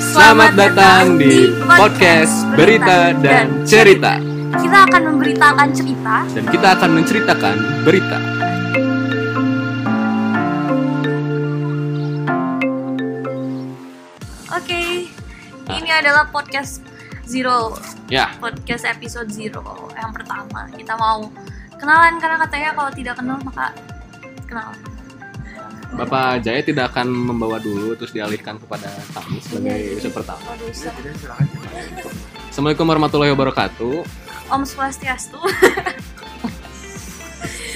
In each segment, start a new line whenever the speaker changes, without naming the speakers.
Selamat datang di podcast Berita dan Cerita
Kita akan memberitakan cerita
Dan kita akan menceritakan berita
Oke, ini adalah podcast Zero
Nah. Ya,
Podcast episode Zero yang pertama Kita mau kenalan karena katanya kalau tidak kenal maka kenal
Bapak Jaya tidak akan membawa dulu Terus dialihkan kepada kami
Iya,
sebagai episode pertama
Waduh, se-
Assalamualaikum warahmatullahi wabarakatuh
Om Swastiastu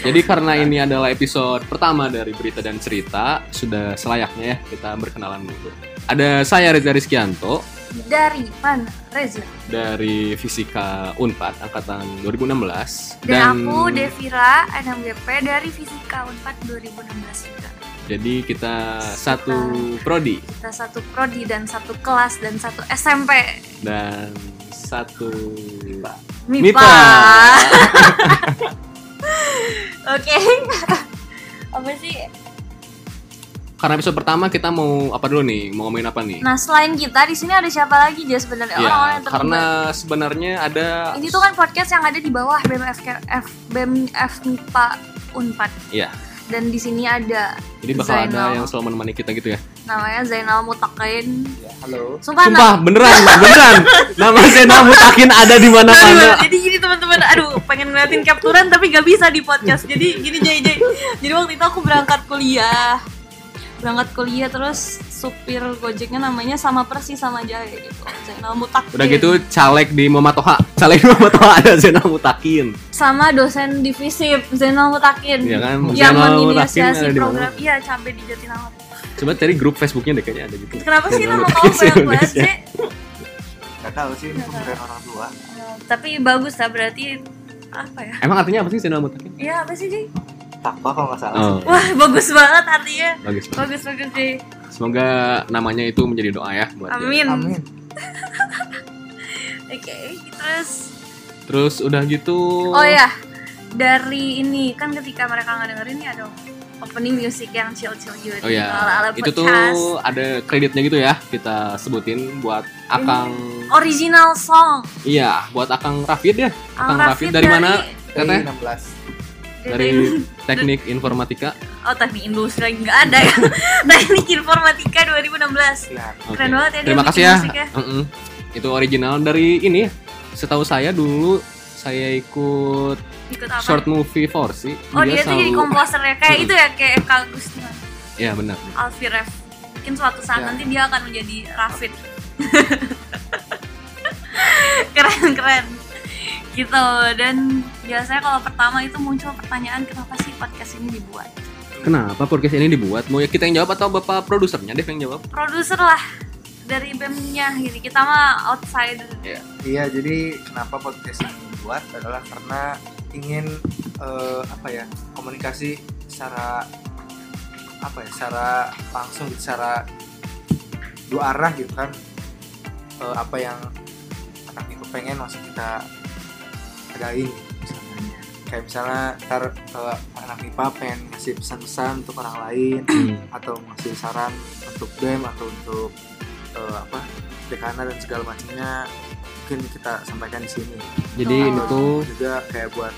Jadi karena ini adalah episode pertama dari Berita dan Cerita Sudah selayaknya ya kita berkenalan dulu Ada saya Reza Rizkianto
dari Pan Reza
dari Fisika Unpad Angkatan 2016
dan, aku Devira NMBP dari Fisika Unpad 2016 juga.
Jadi kita satu prodi
Kita satu prodi dan satu kelas dan satu SMP.
dan satu
MIPA.
MIPA.
Oke. apa sih?
Karena episode pertama kita mau apa dulu nih? Mau ngomongin apa nih?
Nah, selain kita di sini ada siapa lagi Jas sebenarnya
ya,
orang-orang yang
karena
terlibat.
sebenarnya ada
Ini tuh kan podcast yang ada di bawah BMFKF BMF MIPA Unpad
Iya.
dan di sini ada
Jadi bakal ada
Zainal.
yang selalu menemani kita gitu ya.
namanya Zainal Mutakin.
Halo.
Sumpah,
Sumpah beneran, beneran. Nama Zainal Mutakin ada di
Aduh,
mana-mana.
jadi gini teman-teman, aduh pengen ngeliatin capturan tapi gak bisa di podcast. Jadi gini jadi jadi, jadi waktu itu aku berangkat kuliah, berangkat kuliah terus supir gojeknya namanya sama persis sama Jaya gitu. Zainal Mutakin.
Udah gitu caleg di Momatoha, caleg di Momatoha ada Zainal Mutakin.
Sama dosen di FISIP, Zainal Mutakin.
Iya kan,
Yang
Zainal Mutakin
menginisiasi
ada di
program iya cabe di Jatinangor.
Coba cari grup Facebooknya deh kayaknya ada gitu.
Kenapa sih
Zainal
nama
Mutakin
kamu banyak banget
Indonesia.
sih?
Gak tahu sih ini pemberian orang tua.
Eh, Tapi bagus lah berarti apa ya?
Emang artinya apa sih Zainal Mutakin?
Iya apa sih Ji?
Takwa kalau nggak salah.
Oh,
Wah bagus banget artinya.
bagus banget.
Bagus bagus Ji.
Semoga namanya itu menjadi doa ya buat dia.
Amin.
Amin.
Oke, terus
Terus udah gitu
oh ya dari ini kan ketika mereka nggak dengerin ya dong opening music yang chill-chill gitu
Oh ya,
ala-ala
itu tuh
podcast.
ada kreditnya gitu ya kita sebutin buat Akang,
Oh. original song
iya buat Akang Rafid ya, Akang
Al
Rafid dari mana katanya?
16.
Dari Teknik Informatika.
oh teknik industri nggak ada ya teknik informatika 2016
Siap.
Oke.
Keren banget ya, dia
Terima
bikin
kasih ya.
musik ya.
Mm-mm. Itu original dari ini. ya. Setahu saya dulu saya ikut
ikut apa
short Hmm. movie Forsi.
oh dia, tuh jadi komposer ya kayak
Mm-mm.
itu ya kayak Eka Gustiman
Iya benar.
Alfiref mungkin suatu saat
Ya.
nanti dia akan menjadi Rafid keren keren gitu dan biasanya kalau pertama itu muncul pertanyaan kenapa sih podcast ini dibuat
Kenapa podcast ini dibuat? Mau ya kita yang jawab atau bapak produsernya deh yang jawab?
produser lah dari BEM-nya gitu kita mah outsider
Iya.
Iya, jadi kenapa podcast ini dibuat adalah karena ingin eh, apa ya komunikasi secara apa ya secara langsung gitu, secara dua arah gitu kan Eh, apa yang anak itu pengen langsung kita adain misalnya kayak misalnya ntar eh, anak IPA pengen ngasih pesan-pesan untuk orang lain atau ngasih saran untuk BEM atau untuk eh, apa dekana dan segala macamnya mungkin kita sampaikan di sini
Jadi ini tuh
juga kayak buat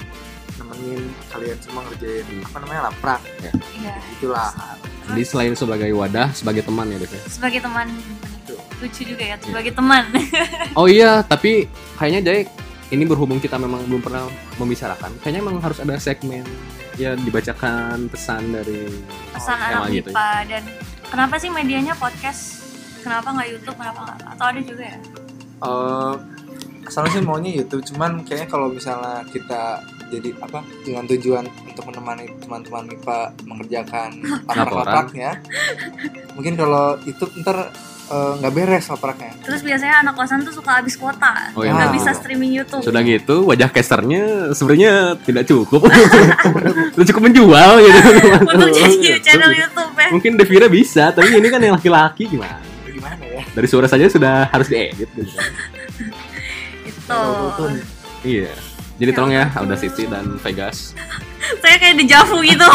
nemenin kalian semua ngerjain
Hmm.
apa namanya laprak
Iya.
gitulah
Jadi selain sebagai wadah, sebagai teman ya Dev ya?
sebagai teman lucu juga ya
Iya.
sebagai teman
Oh iya, tapi kayaknya Jay ini berhubung kita memang belum pernah membicarakan, kayaknya memang harus ada segmen ya dibacakan pesan dari
pesan
Emang
anak
gitu ya.
IPA dan kenapa sih medianya podcast kenapa nggak YouTube kenapa nggak atau ada juga ya
Eh, asalnya sih maunya YouTube cuman kayaknya kalau misalnya kita jadi apa dengan tujuan untuk menemani teman-teman MIPA mengerjakan laprak-lapraknya mungkin kalau YouTube ntar eh, nggak beres lapraknya
Terus biasanya anak kosan tuh suka habis kuota,
Oh, iya,
nggak
betul.
bisa streaming YouTube.
Sudah gitu, wajah casternya sebenarnya tidak cukup. Tidak cukup menjual gitu.
Untuk jadi channel YouTube ya.
Mungkin Devira bisa, tapi ini kan yang laki-laki gimana?
gimana ya
Dari suara saja sudah harus diedit gitu. kan.
Gitu.
Betul.
Iya. Jadi tolong ya Audacity dan Vegas.
Saya kayak dejavu gitu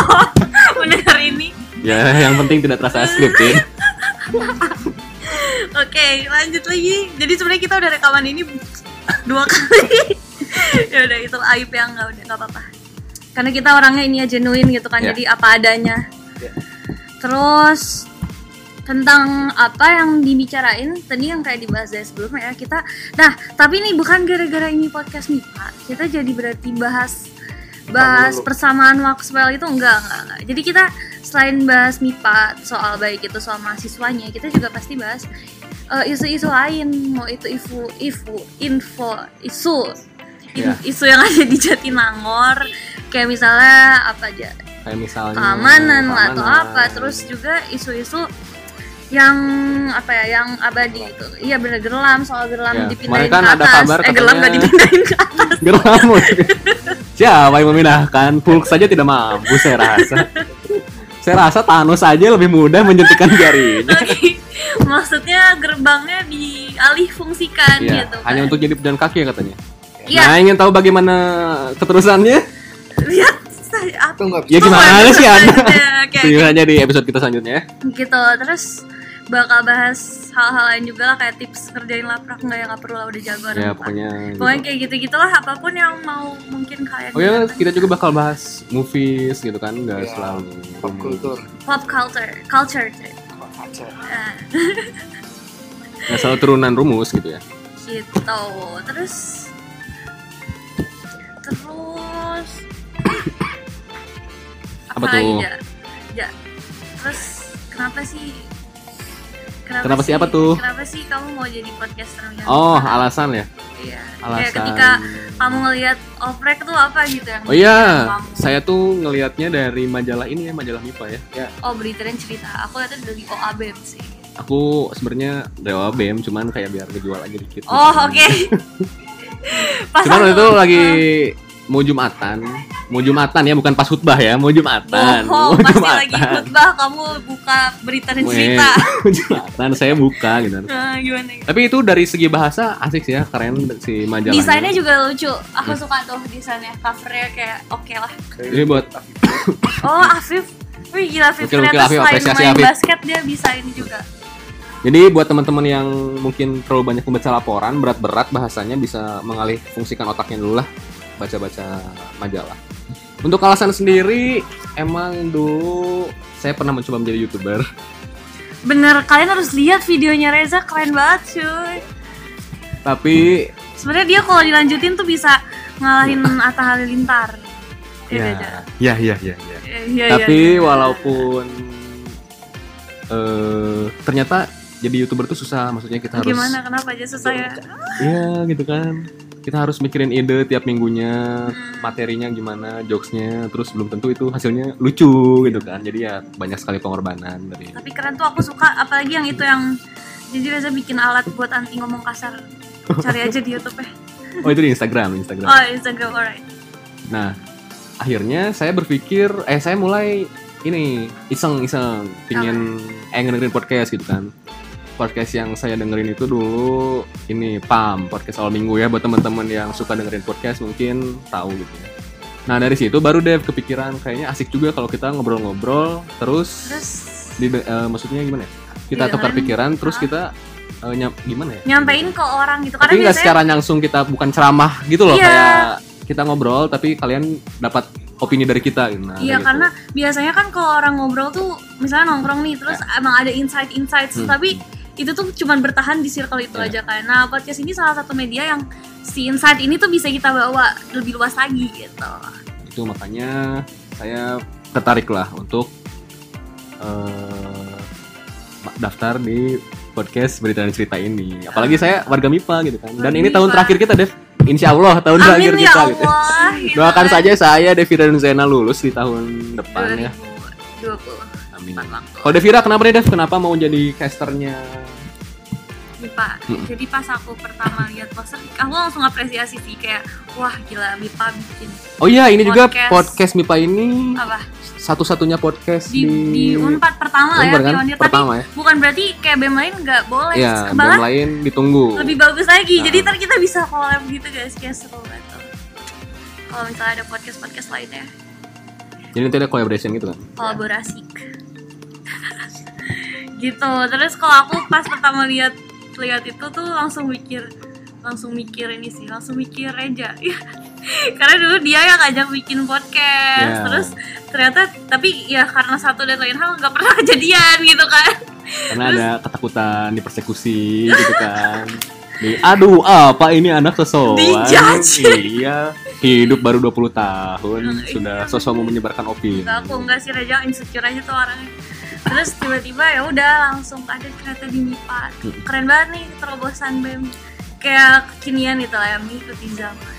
mendengar ini.
Ya, yang penting tidak terasa scripted.
Oke, Oke, lanjut lagi. Jadi sebenarnya kita udah rekaman ini dua kali. ya udah itu aib yang nggak udah nggak apa-apa. Karena kita orangnya ini ya genuine gitu kan,
Ya.
jadi apa adanya.
Ya.
Terus tentang apa yang dibicarain tadi yang kayak dibahas dari sebelumnya ya kita nah tapi ini bukan gara-gara ini podcast nih pak kita jadi berarti bahas bahas
Tentang dulu.
persamaan Maxwell itu enggak enggak enggak jadi kita selain bahas MIPA soal baik itu soal mahasiswanya kita juga pasti bahas eh, isu-isu lain mau itu isu isu info isu in-
Iya.
isu yang ada di Jatinangor kayak misalnya apa aja
kayak misalnya
keamanan lah atau
keamanan.
apa terus juga isu-isu yang apa ya yang abadi itu iya bener gerlam soal gerlam
Ya,
dipindahin
kemarin kan
ke
ada
atas
kabar
eh gerlam nggak
katanya-
dipindahin ke atas
geram siapa yang memindahkan Hulk saja tidak mampu saya rasa saya rasa Thanos saja lebih mudah menjentikan jarinya
lagi maksudnya gerbangnya dialih fungsikan
Iya,
gitu kan.
hanya untuk jadi pejalan kaki ya katanya
Iya.
nah ingin tahu bagaimana keterusannya
lihat saya apa
Itu nggak bisa.
ya gimana
Tuh,
sih Iya.
gitu
anda
ya, kayak
Tunggu aja di episode kita selanjutnya ya.
gitu terus bakal bahas hal-hal lain juga lah kayak tips kerjain laprak nggak ya nggak perlu lah udah jago
Ya
orang Pak.
pokoknya. gitu.
pokoknya kayak gitu gitulah apapun yang mau mungkin kalian
Oh ya
ingat.
kita juga bakal bahas movies gitu kan, nggak
Ya,
selalu.
Pop kultur.
pop culture culture eh, trip.
Apa aja.
Nah,
Nggak selalu turunan rumus gitu ya.
gitu terus terus
Apa
lagi
tuh?
ya? Ya. terus kenapa sih
Kenapa sih apa tuh?
kenapa sih kamu mau jadi podcaster yang
Oh
sekarang?
alasan ya.
iya kayak
alasan.
ketika kamu ngelihat oprek tuh apa gitu yang
Oh iya,
kamu.
saya tuh ngelihatnya dari majalah ini ya, majalah MIPA ya.
oh berita dan cerita aku lihatnya dari OABM sih
Aku sebenarnya dari BM cuman kayak biar dijual aja dikit.
oh oke Pas
Cuman
aku-
waktu
eh,
itu lagi mau Jumatan, mau Jumatan ya, bukan pas khutbah ya, mau Jumatan.
Bohong, Oh,
mau
pasti lagi khutbah kamu buka berita dan
Weh,
cerita.
mau Jumatan, saya buka gitu.
Nah, gimana? gimana?
Tapi itu dari segi bahasa asik sih ya, keren si majalah.
Desainnya juga lucu. Aku suka tuh desainnya, covernya kayak oke lah.
Jadi buat
Oh, Afif. Wih, gila Afif
Oke, oke,
ternyata
Afif,
selain
apresiasi,
main
Afif.
basket dia bisa ini juga.
Jadi buat teman-teman yang mungkin terlalu banyak membaca laporan berat-berat bahasanya bisa mengalih fungsikan otaknya dulu lah baca-baca majalah. Untuk alasan sendiri emang dulu saya pernah mencoba menjadi youtuber.
Bener, kalian harus lihat videonya Reza keren banget cuy.
Tapi
Iya, Sebenarnya dia kalau dilanjutin tuh bisa ngalahin Atta Halilintar. Iya, Reza.
ya ya ya ya.
Iya, iya, iya.
Tapi walaupun eh ternyata jadi youtuber tuh susah, maksudnya kita harus
gimana kenapa aja susah ya?
Iya gitu kan Kita harus mikirin ide tiap minggunya
Hmm.
Materinya gimana, jokesnya Terus belum tentu itu hasilnya lucu gitu kan Jadi ya banyak sekali pengorbanan dari
tapi keren tuh aku suka apalagi yang itu yang jadi Reza bikin alat buat anti ngomong kasar cari aja di YouTube ya
Oh itu di Instagram, Instagram
oh Instagram alright
Nah akhirnya saya berpikir Eh saya mulai ini iseng-iseng Pingin eh, dengerin podcast gitu kan Podcast yang saya dengerin itu dulu ini PAM, podcast awal minggu ya buat teman-teman yang suka dengerin podcast mungkin tahu gitu ya. Nah dari situ baru deh kepikiran kayaknya asik juga kalau kita ngobrol-ngobrol terus,
terus
di eh, maksudnya gimana? ya? Kita
Didengerin.
tukar pikiran terus
Ah.
kita eh, nyam- gimana ya?
nyampein ke orang gitu karena
Tapi nggak
biasanya
secara langsung kita bukan ceramah gitu loh
Iya.
kayak kita ngobrol tapi kalian dapat opini dari kita gitu. Nah,
iya
gitu.
karena biasanya kan kalau orang ngobrol tuh misalnya nongkrong nih terus emang ada insight insights
Hmm.
tapi itu tuh cuman bertahan di circle itu
Iya.
aja kan nah podcast ini salah satu media yang si insight ini tuh bisa kita bawa lebih luas lagi gitu
itu makanya saya tertarik lah untuk eh, daftar di podcast berita dan cerita ini. Apalagi saya warga MIPA gitu kan. Dan
Warga
ini tahun
MIPA.
terakhir kita, Dev. Insya Allah tahun terakhir
amin ya
kita gitu.
Allah gitu
Doakan
kan.
saja saya Devira dan Zena lulus di tahun depan ya.
2020
Amin.
depan waktu
Kalau Devira kenapa nih Dev? Kenapa mau jadi casternya?
MIPA.
Mm-mm.
Jadi pas aku pertama lihat poster, aku langsung apresiasi sih kayak wah gila MIPA bikin
Oh iya ini juga
Podcast.
podcast MIPA ini
apa
satu-satunya podcast
di
di,
di Unpad pertama lah ya
Unpar kan?
pionir.
Pertama ya.
Tapi bukan berarti kayak BEM lain nggak boleh.
Ya,
Malah
yang lain ditunggu.
lebih bagus lagi.
Nah.
Jadi ntar kita bisa collab gitu guys, kayak seru banget. tuh. Kalau misalnya ada podcast-podcast lainnya,
Jadi nanti ada collaboration gitu kan. Ya.
kolaborasi. gitu. Terus kalau aku pas pertama lihat lihat itu tuh langsung mikir langsung mikir ini sih langsung mikir Reja karena dulu dia yang ngajak bikin podcast
Ya.
terus ternyata tapi ya karena satu dan lain hal nggak pernah kejadian gitu kan
karena ada ketakutan dipersekusi gitu kan Di- aduh apa ini anak sosok
Dijudge.
iya hidup baru 20 tahun
Hmm,
sudah
iya.
sosok mau menyebarkan opini
Enggak, Gitu, aku enggak sih Reja insecure aja tuh orangnya terus tiba-tiba ya udah langsung ada kereta di MIPA
Hmm.
keren banget nih terobosan BEM kayak kekinian gitu lah yang mengikuti zaman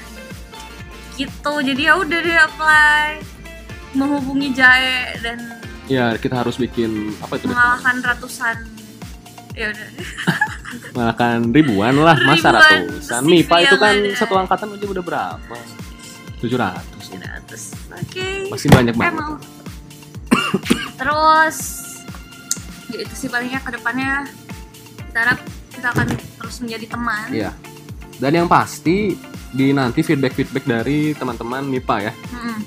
gitu jadi ya udah deh apply menghubungi Jae dan
ya kita harus bikin apa itu namanya?
mengalahkan ratusan ya udah
mengalahkan ribuan lah masa
Ribuan
ratusan
CV
MIPA itu
yang
kan
ada.
satu angkatan aja udah berapa 700 ya.
ratus oke
masih banyak banget
Emang. Terus ya itu sih palingnya ke depannya kita harap kita akan terus menjadi teman.
Iya. Dan yang pasti di nanti feedback-feedback dari teman-teman MIPA ya.
Mm-mm.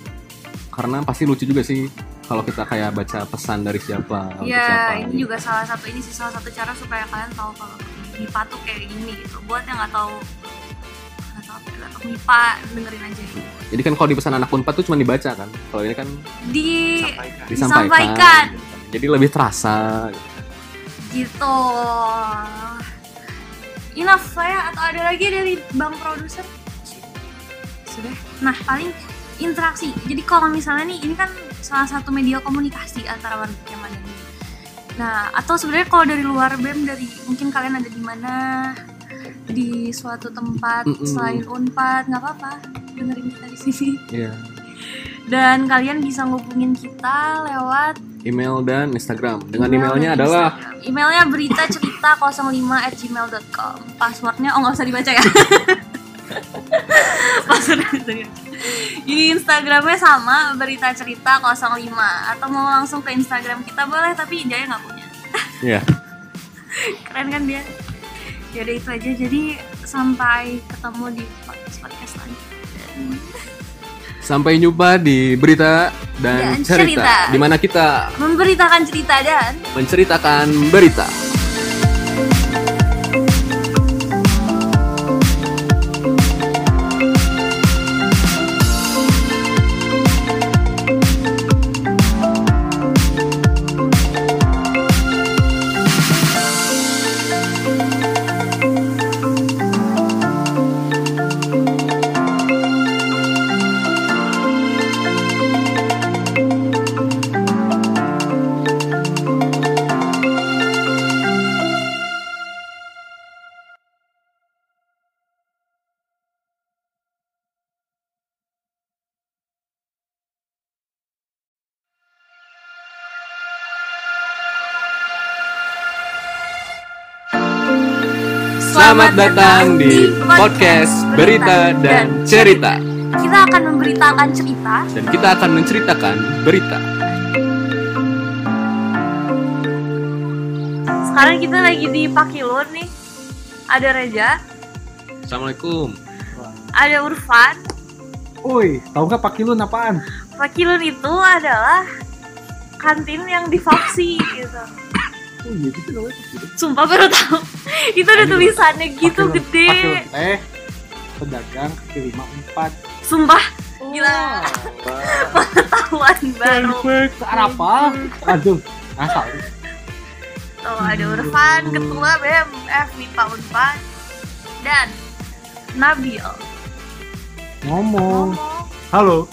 Karena pasti lucu juga sih kalau kita kayak baca pesan dari siapa. untuk siapa. gitu.
Ya, ini juga salah satu ini sih salah satu cara supaya kalian tahu kalau MIPA tuh kayak gini gitu. Buat yang nggak tahu nggak tahu apa nggak tahu MIPA dengerin aja ini.
Jadi kan kalau di pesan anak Unpad tuh cuma dibaca kan. Kalau ini kan
Di
sampaikan
disampaikan.
Disampaikan.
Jadi lebih terasa.
gitu. Enough saya atau ada lagi dari bang produser? sudah nah paling interaksi jadi kalau misalnya nih ini kan salah satu media komunikasi antara warga Kemah dan ini. nah atau sebenarnya kalau dari luar bem dari mungkin kalian ada di mana di suatu tempat
Mm-mm.
selain unpad nggak apa-apa dengerin kita di sini
Iya.
dan kalian bisa ngubungin kita lewat
Email dan Instagram. Dengan
email
emailnya
Iya, dan
adalah
Instagram. emailnya berita cerita 05 gmail.com passwordnya oh nggak usah dibaca ya passwordnya nggak usah dibaca. di instagramnya sama berita cerita 05 atau mau langsung ke instagram kita boleh tapi Jaya nggak punya
Iya.
keren kan dia jadi itu aja jadi sampai ketemu di podcast podcast selanjutnya
Sampai jumpa di berita dan,
Dan cerita.
cerita. Di mana kita
memberitakan cerita dan
menceritakan berita. Selamat datang di podcast Berita dan Cerita.
kita akan memberitakan cerita
Dan kita akan menceritakan berita.
Sekarang kita lagi di Pakilur nih. Ada Reja,
Assalamualaikum.
ada Urfan.
Woi, tahu nggak Pak Kilun apaan?
Pakilur itu adalah kantin yang difaksi gitu.
Oh iya gitu namanya Pak Kilun.
Sumpah baru tahu. itu ada tulisannya gitu
Pak Kilun-
gede.
Pak Kilun teh pedagang kaki lima empat.
Sumpah gila pengetahuan baru.
Perfect. Apa? Aduh, asal.
Tuh ada Urfan, ketua BMF MIPA Unpad dan Nabil.
Ngomong.
Ngomong.
Halo.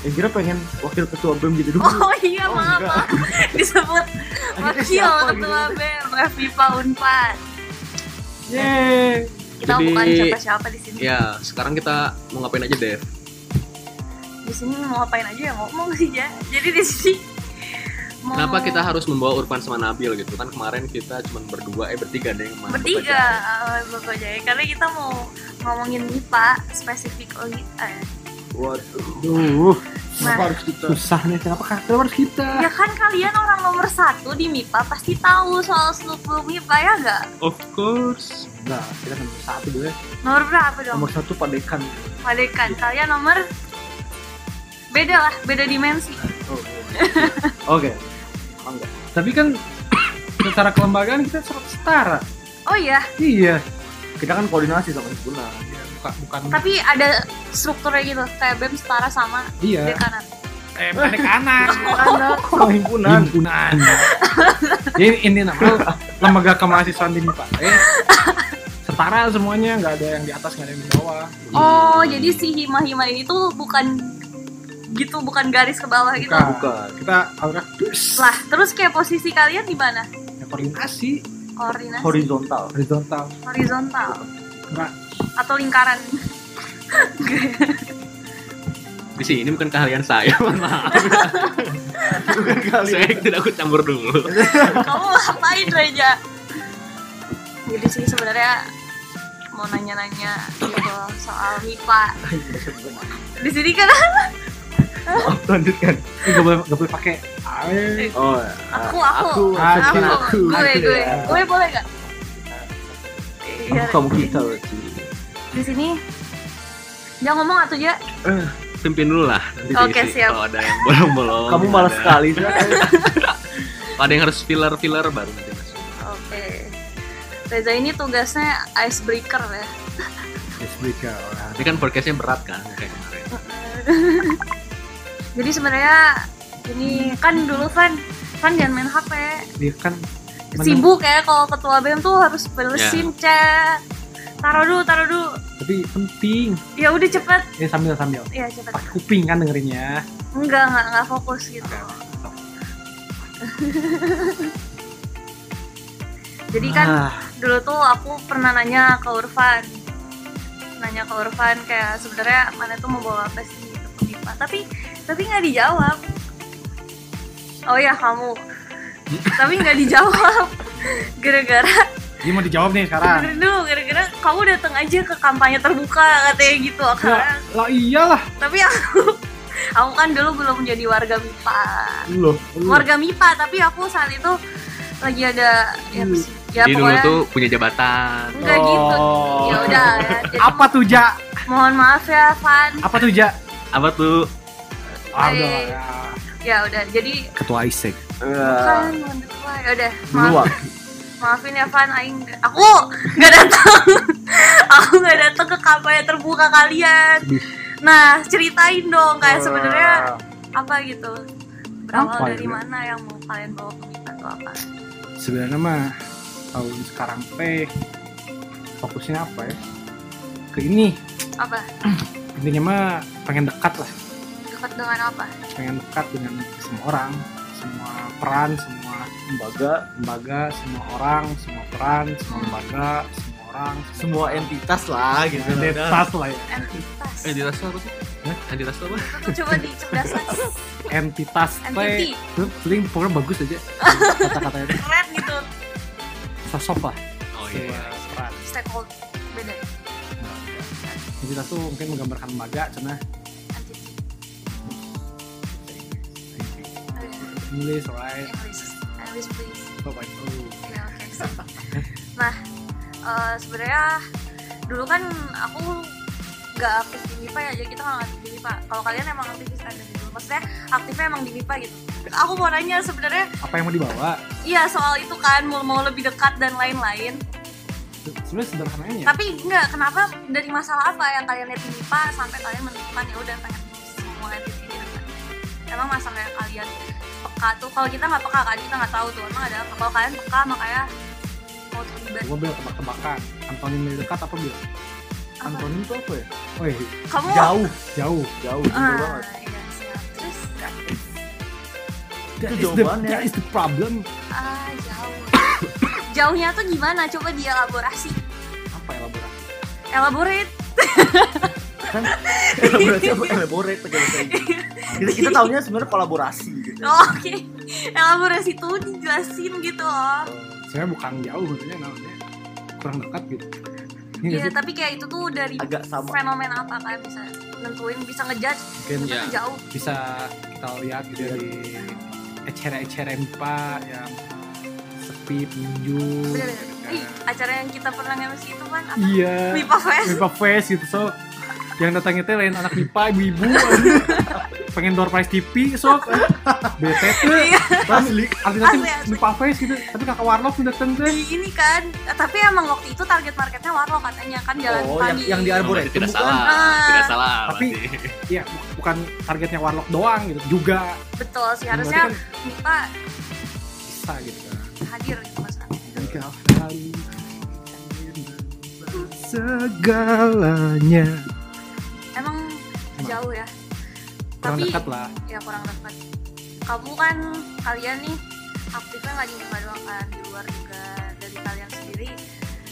Yang kira pengen wakil ketua BEM gitu dulu.
Oh iya
Oh,
maaf
enggak.
maaf. disebut
Akhirnya
wakil
siapa gitu?
ketua BMF MIPA Unpad.
Yeay.
kita
Jadi-
bukan siapa-siapa di sini
Ya, sekarang kita mau ngapain aja, Dev?
di sini mau ngapain aja ya ngomong sih ya jadi di sini mau
Kenapa kita harus membawa Urban sama Nabil gitu? Kan kemarin kita cuma berdua, eh bertiga deh yang kemarin
bertiga eh, Bapak Jaya karena kita mau ngomongin MIPA specifically eh,
Waduh.
Kenapa
harus kita? Susah nih, kenapa kakak harus kita?
Nah. ya kan kalian orang nomor satu di MIPA pasti tahu soal seluruh MIPA ya gak
Of course.
Nah, kita nomor satu boleh.
nomor berapa dong
Nomor satu padekan.
Padekan kalian nomor beda lah beda dimensi
Oke. Tapi kan
secara kelembagaan kita selalu setara
Oh iya,
iya
Kita kan koordinasi sama himpunan.
bukan Iya, bukan
tapi ada strukturnya gitu. Kayak BEM setara sama
iya
dekanan.
eh pendek anak
Anak sama himpunan.
himpunan jadi ini namanya lembaga kemahasiswaan di Nipah setara semuanya nggak ada yang di atas nggak ada yang di bawah
Oh,
Hmm.
jadi si hima-hima ini tuh bukan gitu, bukan garis ke bawah gitu.
Bukan.
Bukan.
kita aurat dus
Lah, terus kayak posisi kalian di mana?
ya, koordinasi
Koordinasi
Horizontal.
horizontal
horizontal
enggak
atau lingkaran.
Di sini bukan keahlian saya, mohon maaf. saya tidak ikut campur dulu.
Kamu ngapain Reja? Jadi sih sebenarnya mau nanya-nanya gitu soal MIPA. Di sini kan
Lanjutkan.
Eh, nggak boleh nggak boleh pakai air
Oh,
aku Ah, aku
aku,
aku,
aku gue gue gue boleh nggak? Iya.
kamu kita berarti.
Di sini jangan ngomong atuh ya.
Pimpin dulu lah. nanti
Oke,
diisi.
siap.
Kalau ada yang bolong-bolong.
Oh, Kamu malas
ada-
sekali sih.
Kalau ada yang harus filler-filler baru nanti masuk.
Oke. Reza ini tugasnya icebreaker ya.
icebreaker orang
Ini kan podcastnya berat kan, kayak kemarin.
Jadi sebenarnya ini kan dulu Van Van jangan main HP.
dia kan menang-
Sibuk ya kalau ketua BEM tuh harus belesin chat. Taruh dulu, taruh dulu.
tapi penting
Ya udah cepet.
ya sambil sambil
Ya cepet.
pakai kuping kan dengerinnya
Enggak, enggak, enggak fokus gitu. Jadi kan
Ah.
dulu tuh aku pernah nanya ke Urfan nanya ke Urfan kayak sebenarnya mana tuh mau bawa apa sih ke Unipa tapi tapi nggak dijawab oh ya kamu tapi nggak dijawab gara-gara
dia mau dijawab nih sekarang
dengerin dulu gara-gara kamu datang aja ke kampanye terbuka katanya gitu
Iya.
lah,
akhirnya
Ya, lah iyalah
tapi aku aku kan dulu belum jadi warga MIPA
loh
Hmm.
warga MIPA tapi aku saat itu lagi ada ya, apa sih? ya
Hmm. Jadi dulu
pokoknya
tuh punya jabatan.
enggak gitu
Oh.
ya udah ya. Jadi
apa tuh ja
mohon maaf ya Van
apa tuh ja
Apa tuh?
ah, udah
Eh.
ya.
ya udah jadi
ketua E isek
Eh,
Van mohon ketua. ya udah
Dulu
maaf,
waktu
maafin ya Van Aing aku nggak datang aku nggak datang ke kampanye terbuka kalian nah ceritain dong kayak Eh, sebenarnya apa gitu berawal
Eh. Apa
dari
ya?
mana yang mau kalian bawa ke kita atau apa
sebenarnya mah tahun sekarang teh fokusnya apa ya ke ini
apa
intinya mah pengen dekat lah
dekat dengan apa
pengen dekat dengan semua orang semua peran semua
lembaga
lembaga semua orang semua peran semua lembaga semua orang
semua entitas lah gitu.
entitas lah ya
entitas
Entitas tuh Eh, apa sih? Hah? Entitas tuh apa?
itu coba dicerdasin
entitas
entity
teh Lu paling pokoknya bagus aja kata-katanya tuh.
keren gitu
sosok lah
Oh
Semua
iya.
peran
stakeholder beda ya?
entitas tuh mungkin menggambarkan lembaga cina
entity Oh, iya.
English alright
English English please
apa itu
Ya, oke, sip. nah eh, sebenarnya dulu kan aku nggak aktif di MIPA ya jadi kita nggak aktif di MIPA kalau kalian emang aktivis kan dari dulu maksudnya aktifnya emang di MIPA gitu aku mau nanya sebenarnya
apa yang mau dibawa
iya soal itu kan mau mau lebih dekat dan lain-lain
sebenarnya sederhananya ya.
tapi nggak kenapa dari masalah apa yang kalian lihat di MIPA sampai kalian menemukan ya udah pengen semua entity ini dekat. emang masalah yang kalian peka tuh kalau kita nggak peka kan kita nggak tahu tuh emang ada apa kalau kalian peka makanya mau terlibat
gue bilang tebak-tebakan antonim dari dekat apa bilang
Antonim tuh apa ya?
oh iya,
kamu
Jauh,
jauh
jauh, jauh
Ah,
banget.
iya, siap. Terus
that
Itu
is the
jawabannya.
that is the problem
ah jauh. Jauhnya tuh gimana? Coba dielaborasi.
apa elaborasi
Elaborate.
Kan elaborasi apa elaborate pakai bahasa Inggris. Kita kita tahunya sebenarnya kolaborasi gitu.
Oh, Oke. Elaborasi tuh dijelasin gitu loh.
sebenarnya bukan jauh sebenarnya namanya kurang dekat gitu ini nggak
Iya,
sih
tapi kayak itu tuh dari
Agak sama.
fenomena apa kan bisa nentuin, bisa ngejudge.
mungkin
Itu
Iya.
tuh jauh.
bisa kita lihat gitu ya di acara-acara MIPA yang sepi pengunjung
Bener, bener.
gitu kan.
Iya, Ih, acara yang kita pernah nge itu kan apa?
iya
Wipa Fest.
MIPA Fest gitu so yang datangnya teh lain anak MIPA ibu-ibu pengen door prize TV sob BTT
Iya.
terus
Asli,
artinya
asli.
di Paves gitu tapi kakak Warlock udah tentu
Di ini kan eh, tapi emang waktu itu target marketnya warlock katanya kan jalan
Oh, yang,
pagi
yang di Arboretum
tidak
bukan?
salah,
Ah.
tidak salah.
Tapi-
pasti.
ya bukan targetnya Warlock doang gitu juga
betul sih harusnya
Berarti
Mipa
bisa gitu kan
hadir gitu masalah
Kau harus segalanya
emang jauh ya
kurang
tapi
dekat lah
ya kurang dekat kamu kan kalian nih aktifnya nggak di rumah doang kan di luar juga dari kalian sendiri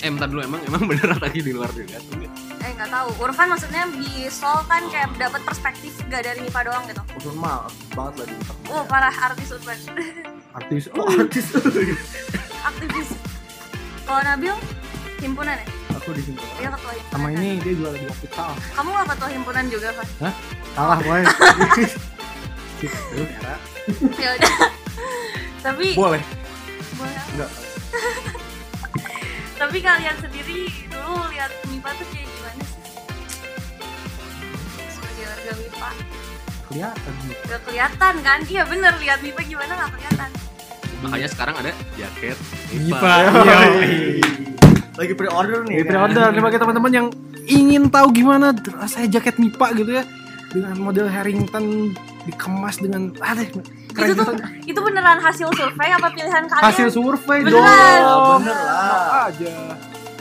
eh bentar dulu emang emang bener lagi di luar juga. Tunggu.
eh nggak tahu Urfan maksudnya di Seoul kan kayak dapat perspektif gak dari Mipa doang gitu
normal banget lah di
oh parah artis Urfan
artis
Oh, artis
aktivis kalau Nabil himpunan ya
aku di sini
dia ketua himpunan
sama
kan?
ini dia jual di hospital
kamu nggak ketua himpunan juga Fas
kalah boy
ya udah tapi
boleh
boleh.
enggak
tapi kalian sendiri dulu lihat Mipa tuh kayak gimana sih sebagai warga Mipa
kelihatan
Gak kelihatan kan? Iya bener, lihat Mipa gimana gak kelihatan
Makanya sekarang ada jaket
Ipa
Ipa.
lagi pre-order nih
Ini
kan?
pre-order nih bagi teman-teman yang ingin tahu gimana rasanya jaket Mipa gitu ya dengan model Harrington dikemas dengan ah deh
Itu
keren
tuh,
gitu.
itu beneran hasil survei apa pilihan kalian?
hasil survei
Beneran.
dong
Bener lah.
Enak aja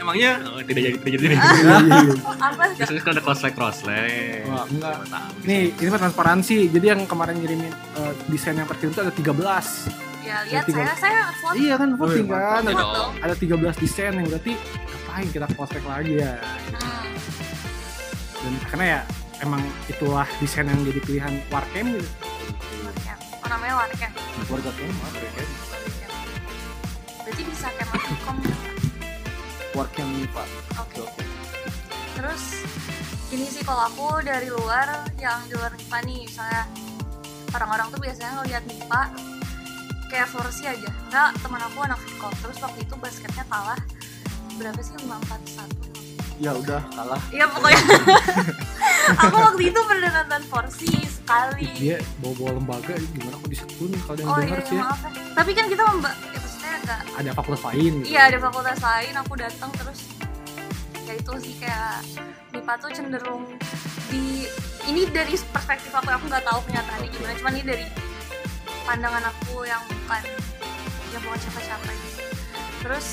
Emangnya oh, tidak jadi tidak jadi.
Ah. Apa?
Biasanya kan ada crossleg crossleg.
Wah, enggak.
Siapa tahu.
nih ini mah transparansi jadi yang kemarin ngirimin eh, desain yang terkirim itu ada 13
Ya lihat saya, saya foto
iya kan voting
Wih,
kan
Iya
ada,
dong.
ada 13 desain yang berarti ngapain kita prospek lagi ya
Hmm.
dan karena ya emang itulah desain yang jadi pilihan wargame gitu.
Warcam. Oh namanya Warcam.
keluarga kemah mereka
Berarti bisa kayak masuk kom.
warcam nih pak
Oke. Terus gini sih kalau aku dari luar yang di luar Mipa nih misalnya orang-orang tuh biasanya ngeliat Mipa kayak Forsi aja enggak teman aku anak Fitcom terus waktu itu basketnya kalah berapa sih 541
ya udah kalah
Iya pokoknya aku waktu itu pernah nonton Forsi sekali.
dia bawa bawa lembaga gimana aku disetun kalau Iya, yang
oh iya,
dengar sih
iya
ya.
maaf ya. Tapi kan kita memba ya maksudnya agak
ada fakultas lain gitu.
iya ada fakultas lain aku datang terus ya itu sih kayak MIPA tuh cenderung di ini dari perspektif aku aku nggak tahu kenyataannya gimana cuman ini dari pandangan aku yang bukan yang bukan siapa-siapa gitu. terus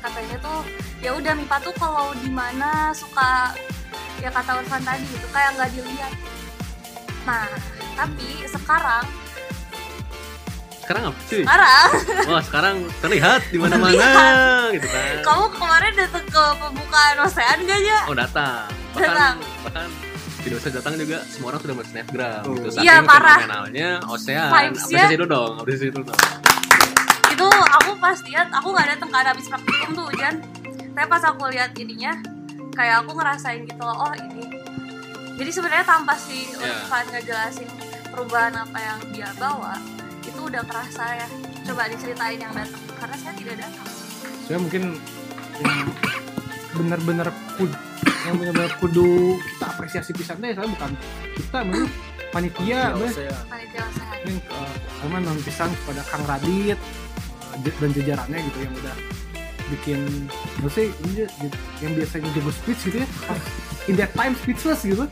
katanya tuh ya udah MIPA tuh kalau di mana suka ya kata Irfan tadi gitu kayak nggak dilihat nah tapi sekarang
Sekarang apa sih?
sekarang
Wah sekarang terlihat di mana-mana gitu kan.
Iya. kamu kemarin datang ke pembukaan Ocean gak ya?
Oh datang. Bahkan
Datang.
bahkan tidak usah datang juga semua orang sudah bersnapgram
Oh.
gitu.
Iya, parah.
fenomenalnya Ocean.
Vibes-nya.
Apresiasi dulu dong, apresiasi dulu dong.
itu aku pas lihat aku nggak datang karena habis praktikum tuh hujan tapi pas aku lihat ininya kayak aku ngerasain gitu loh oh ini jadi sebenarnya tanpa si
Iya.
Urfan ngejelasin perubahan apa yang dia bawa itu udah kerasa ya coba diceritain yang datang karena saya tidak datang
Saya mungkin yang benar-benar kudu yang benar-benar kudu kita apresiasi pisannya ya saya bukan kita menurut panitia bah.
Ya saya
panitia usaha
ini eh, karena non pisan kepada Kang Radit eh, je- dan jajarannya gitu yang udah bikin apa sih ini dia- dia- yang biasanya jago speech gitu ya in that time speechless gitu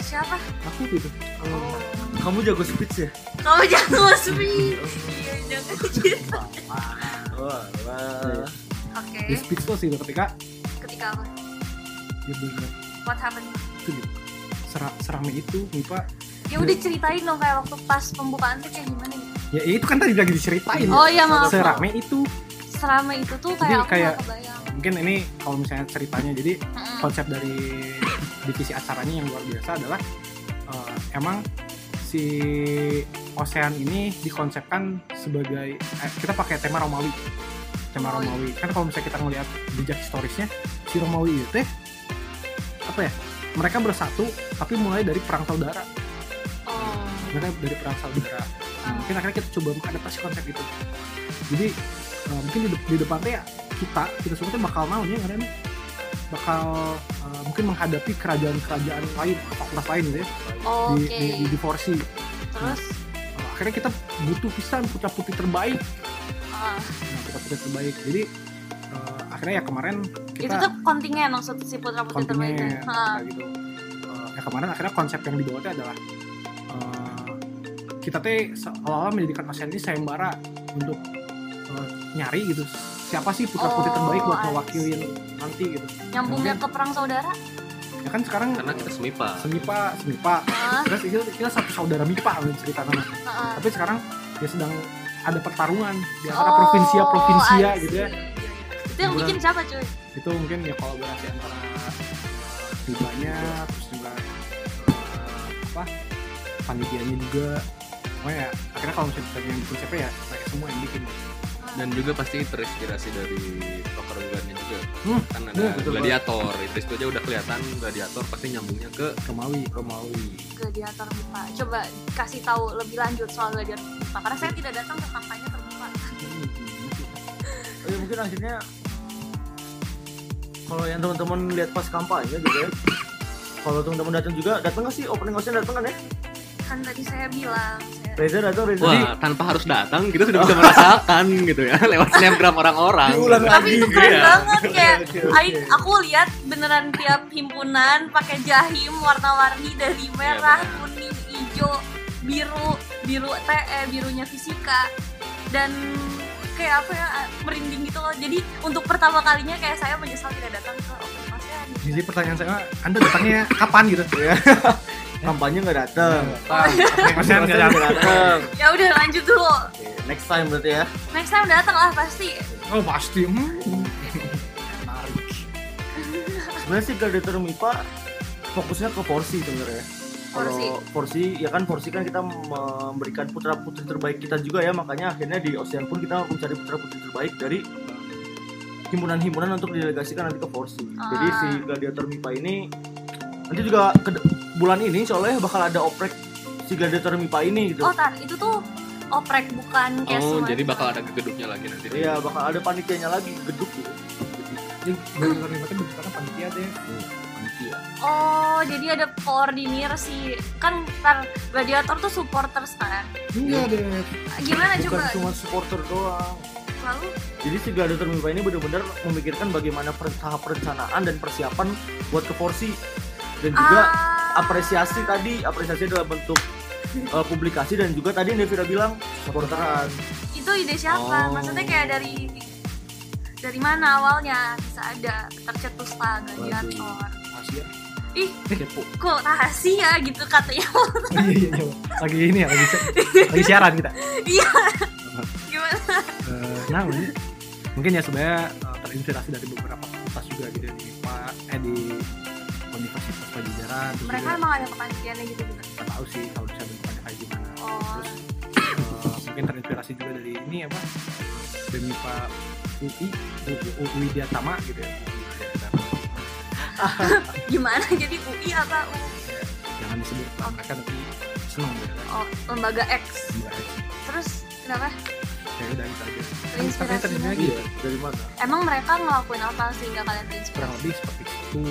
siapa
aku gitu
oh.
kamu jago speech ya
kamu jangan speed iya jangan gitu
wah wah
oke
dia speechless gitu ketika
ketika apa
dia benar
what happened
itu gitu Sera- seramai itu Mipa
ya udah ceritain dong kayak waktu pas pembukaan tuh kayak gimana gitu
ya itu kan tadi lagi diceritain
Oh iya, maaf.
seramai itu
selama itu tuh
Jadi
kayak aku
kayak-
gak kebayang
mungkin ini kalau misalnya ceritanya jadi
Mm-mm.
konsep dari divisi acaranya yang luar biasa adalah eh, emang si Ocean ini dikonsepkan sebagai eh, kita pakai tema Romawi tema
Romawi.
Romawi kan kalau misalnya kita ngelihat jejak historisnya si Romawi itu teh, apa ya mereka bersatu tapi mulai dari perang saudara
oh
mereka dari perang saudara Nah, mungkin akhirnya kita coba mengadaptasi konsep itu kan jadi eh, mungkin di, de- di depan teh ya kita kita semua teh bakal mau nih karena bakal eh, mungkin menghadapi kerajaan-kerajaan lain, fakultas lain gitu ya,
Oke.
di, di, di divorsi.
Terus
Eh, akhirnya kita butuh pisan putra putri terbaik,
ah,
nah, putra putri terbaik. Jadi eh, akhirnya ya kemarin
itu
kita
tuh kontingen maksud si putra putri terbaiknya.
kontingen
Ha.
kayak gitu. Eh, ya kemarin akhirnya konsep yang dibawa itu adalah eh, kita teh seolah-olah menjadikan ASEAN ini sayembara untuk eh, nyari gitu siapa sih putra putri
Oh,
terbaik
I
buat
see.
mewakilin nanti gitu.
Nyambungnya ke perang saudara.
Ya kan sekarang
karena kita semipa
semipa semipa
Ah,
terus itu kita satu saudara mipa kan cerita nama
ah.
tapi sekarang dia sedang ada pertarungan di antara provinsia provinsia
Oh, I
gitu ya
see. Itu yang
Bulan-
bikin siapa cuy?
itu mungkin ya kolaborasi antara ribanya terus juga eh, apa panitianya juga pokoknya ya akhirnya kalau misalnya ditanya yang bikin siapa ya mereka semua yang bikin
dan juga pasti terinspirasi dari poker bulannya juga
Hmm,
kan ada
iya, betul
gladiator itu itu aja udah kelihatan gladiator pasti nyambungnya ke
Romawi Romawi
Gladiator Mupa. Coba kasih tahu lebih lanjut soal Gladiator Mupa karena saya tidak datang ke kampanye terbuka.
Oh ya, mungkin akhirnya kalau yang teman-teman lihat pas kampanye gitu ya. Kalau teman-teman datang juga, datang nggak sih opening hostnya datang kan ya?
Kan tadi saya bilang saya
Reza datang, Reza.
wah tanpa harus datang kita sudah bisa merasakan gitu ya lewat snapgram orang-orang
Diulang
tapi itu keren
Iya.
banget kayak
Oke, oke.
I- aku lihat beneran tiap himpunan pakai jahim warna-warni dari
Iya,
merah
benar.
kuning hijau biru biru teh eh, birunya fisika dan kayak apa ya merinding gitu loh jadi untuk pertama kalinya kayak saya menyesal tidak datang ke open house-nya.
jadi pertanyaan saya anda datangnya kapan gitu
Kampanye nggak datang.
ASEAN nggak
Hostnya nggak
datang
datang.
ya udah lanjut dulu
Oke, Next time berarti ya.
next time datang lah pasti
oh pasti hmm.
Sebenarnya sih Gladiator MIPA fokusnya ke porsi sebenarnya.
Porsi.
Kalau porsi, ya kan porsi kan kita memberikan putra putri terbaik kita juga ya, makanya akhirnya di Ocean pun kita mencari putra putri terbaik dari himpunan-himpunan untuk didelegasikan nanti ke porsi. Jadi
Ah.
si Gladiator MIPA ini nanti juga ke- bulan ini soalnya bakal ada oprek si Gladiator MIPA ini gitu.
oh tar itu tuh oprek bukan kayak
oh
semua-
jadi bakal ada gedungnya lagi nanti
Iya, bakal ada panitianya lagi geduk gitu.
jadi benar-benar bentukannya panitia Iya, deh
Oh, jadi ada koordinir sih. Kan ntar gladiator tuh supporters kan.
enggak Iya, deh
Gimana
Bukan
Eh, coba?
cuma supporter doang.
Lalu
Jadi si Gladiator Mipa ini benar-benar memikirkan bagaimana per- tahap perencanaan dan persiapan buat ke porsi dan juga
ah,
apresiasi tadi apresiasi dalam bentuk eh, publikasi dan juga tadi yang Devira bilang supporteran
itu ide siapa?
Oh.
Maksudnya kayak dari dari mana awalnya bisa ada tercetuslah gladiator.
rahasia
Ih,
ya. kepo
kok rahasia gitu katanya.
Eh, iya iya iya lagi ini ya lagi, lagi siaran kita
Gimana?
Eh, nah ini mungkin ya sebenarnya eh, terinspirasi dari beberapa fakultas juga gitu di IPA eh di Universitas Pajajaran terus
Mereka
juga
emang ada kepanitiaannya gitu gitu.
nggak tahu sih kalau bisa bentukannya kayak gimana
Oh.
terus eh, mungkin terinspirasi juga dari ini apa demi Pak UI U- UI Diatama gitu ya
Gimana jadi UI apa U-
jangan disebut lah mereka nanti seneng gitu kan
oh, lembaga X.
Baik.
Terus kenapa?
ya udah gitu aja kan katanya
Terinspirasinya.
terinspirasinya gitu
Iya, dari mana?
Emang mereka ngelakuin apa sehingga kalian
kurang
terinspirasi?
lebih seperti itu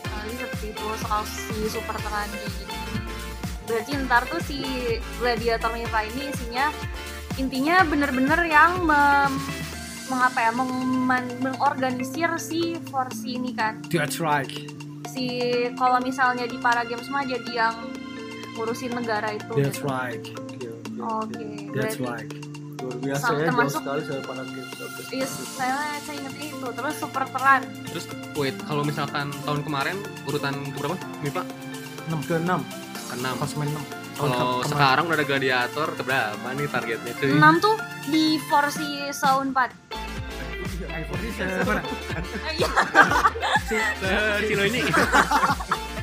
kali seperti itu soal si super terangi gitu. Berarti ntar tuh si Gladiator Mipa ini isinya intinya bener-bener yang mem, mengapa ya meng- mengorganisir si forsi ini kan
that's right
si kalau misalnya di para games mah jadi yang ngurusin negara itu
that's
gitu.
right
Oke, oke,
Oke,
oke.
that's
berarti
right
luar biasa
Sama-
ya jauh
termasuk-
sekali saya panas games oke
Iya, saya saya ingetnya itu terus super teran
terus wait kalau misalkan tahun kemarin urutan keberapa Mipa
enam ke enam
keenam
konsumen 6
kalau sekarang udah ada gladiator keberapa nih targetnya
Hmm.
cuy
enam tuh di forsi sound 4
iPhone mana?
iya
Cilo ini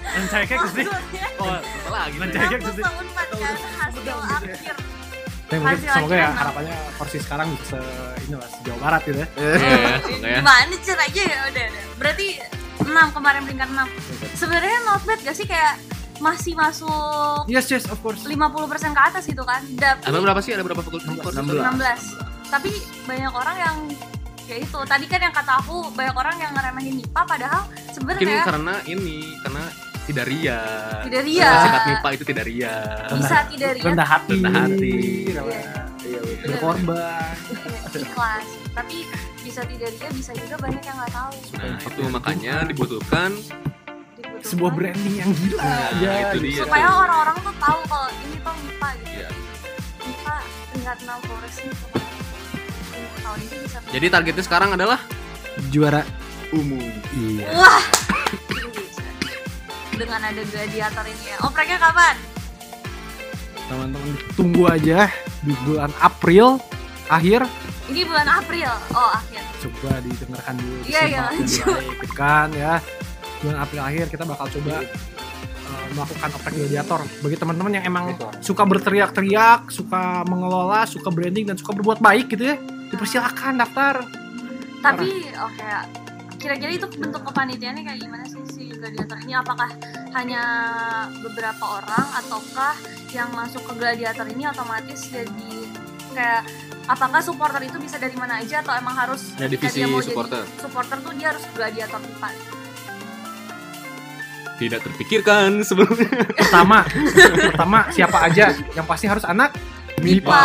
Mencekek sih.
maksudnya
oh lagi
Mencekek.
Kampus tahun 4 kan hasil akhir
Tapi mungkin
Hasil
semoga ya
akhirnya.
harapannya porsi sekarang bisa se- ini lah sejauh barat gitu
ya
ya.
semoga ya
Gimana caranya ya udah udah. Berarti 6 kemarin peringkat 6. Sebenarnya not bad gak sih kayak masih masuk
Yes yes of course.
50% ke atas gitu kan. Dap
Emang berapa sih ada berapa fakultas
16. Tapi banyak orang yang ya itu tadi kan yang kata aku banyak orang yang ngeremehin MIPA padahal
Mungkin
sebenarnya
karena ini, karena tidak ria.
Tidak ria.
Sifat nipa itu tidak ria.
bisa tidak ya
rendah hati
Rendah hati.
Iya, betul.
berkorban
ikhlas tapi bisa tidak dia bisa juga banyak yang nggak tahu
Nah, itu makanya dibutuhkan
Dibutuhkan
sebuah branding yang gila
Nah,
ya
itu
gitu.
dia.
supaya orang-orang tuh tahu kalau ini tuh MIPA gitu
Ya.
MIPA tingkat enam Polres nih tahun ini bisa
Jadi targetnya sekarang adalah
juara
umum.
iya
wah tinggi sekali. dengan ada gladiator ini ya opreknya kapan
teman-teman tunggu aja di bulan April akhir
ini bulan April oh akhir
coba didengarkan dulu
Iya, iya,
kesempatan
lanjut.
yang baik, kan ya bulan April akhir kita bakal coba eh, melakukan oprek gladiator bagi teman-teman yang emang suka berteriak-teriak suka mengelola suka branding dan suka berbuat baik gitu ya dipersilakan daftar
tapi oke kira-kira itu bentuk kepanitiaannya kayak gimana sih si gladiator ini apakah hanya beberapa orang ataukah yang masuk ke gladiator ini otomatis jadi kayak apakah supporter itu bisa dari mana aja atau emang harus
Nah,
Ya,
kayak
divisi
dia mau
supporter.
jadi supporter tuh dia harus gladiator pipa
Tidak terpikirkan sebelumnya.
pertama pertama siapa aja yang pasti harus anak
Mipa.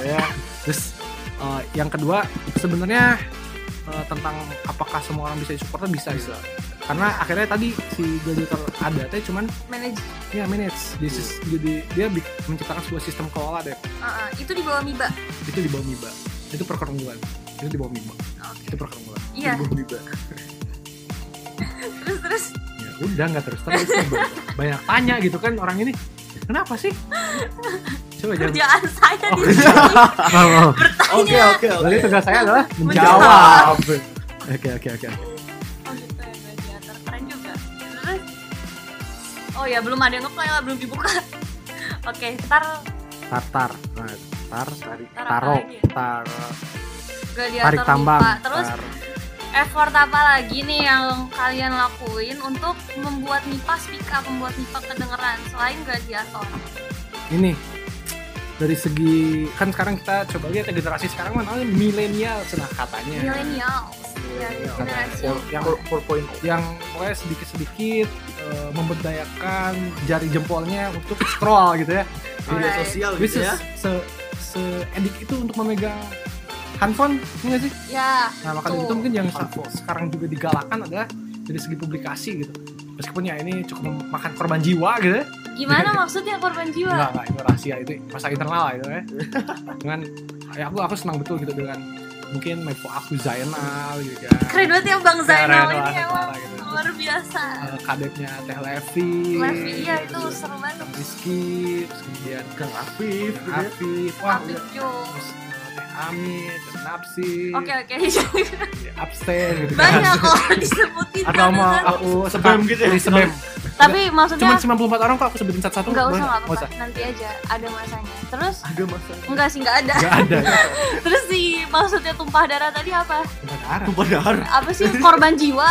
ya terus eh, yang kedua sebenarnya eh, tentang apakah semua orang bisa jadi supporter bisa bisa karena akhirnya tadi si gladiator ada teh cuman
manajer
ya manage This is-
Iya.
jadi dia bi- menciptakan sebuah sistem kelola deh
Uh-uh, itu di bawah miba
itu di bawah miba itu perkerunggulan itu di bawah miba Nah, itu perkerunggulan
iya
di bawah miba
terus terus
ya udah nggak terus terus banyak- banyak tanya gitu kan orang ini kenapa sih coba jangan
kerjaan saya
Oh,
di sini
Oh, oh.
Oke,
bertanya
oke, oke.
Berarti tugas saya adalah
Menjawab.
menjawab. Oke oke oke.
Oh gitu ya, gladiator keren juga. Terus, oh ya belum ada yang ngeplay lah, belum dibuka. Oke, ntar
Tartar, Nah, tar, tari,
Tar apa
taro,
lagi?
tar,
gladiator
tarik tambang.
lupa. Terus
Tar.
effort apa lagi nih yang kalian lakuin untuk membuat Nipa speak up, membuat Nipa kedengeran selain gladiator?
Ini dari segi kan sekarang kita coba lihat ya, generasi sekarang mana milenial senang
Iya,
katanya.
Millennials, ya generasi.
Yang- yang
4.0.
yang mulai sedikit sedikit memberdayakan jari jempolnya untuk scroll gitu ya.
Media
Alright.
sosial
Which is
gitu
iya?
ya.
se se edik itu untuk memegang handphone, ini sih?
Ya,
Nah, maka dari
Betul.
itu mungkin yang saat- sekarang juga digalakan adalah dari segi publikasi gitu. Meskipun ya ini cukup memakan korban jiwa gitu. ya.
gimana maksudnya korban
Enggak,
jiwa?
enggak, itu rahasia itu masa internal lah gitu ya. dengan ya aku aku senang betul gitu dengan mungkin Mepo aku Zainal gitu kan.
Keren banget ya Bang Zainal
Keren
ini
banget,
emang
gitu.
luar biasa.
Eh, kadetnya Teh Levi.
Levi, iya itu
terus
seru banget.
Kang Rizky, terus kemudian
Kang Afif gitu ya.
Afif, wah
Tapi
udah. Terus eh, Teh Amit, Teh Napsi,
Oke oke.
ya, Abstain gitu
banyak kok disebutin
Atau
kan,
mau
kan.
aku
Sebem gitu ya.
Sebem.
tapi maksudnya
Cuman 94 orang kok aku sebutin satu-satu
nggak usah
boleh
nggak
Nggak
apa-apa nanti aja ada masanya terus
Ada masa
enggak sih nggak ada
Nggak ada
terus si maksudnya tumpah darah tadi apa
Tumpah darah
tumpah darah.
apa sih korban jiwa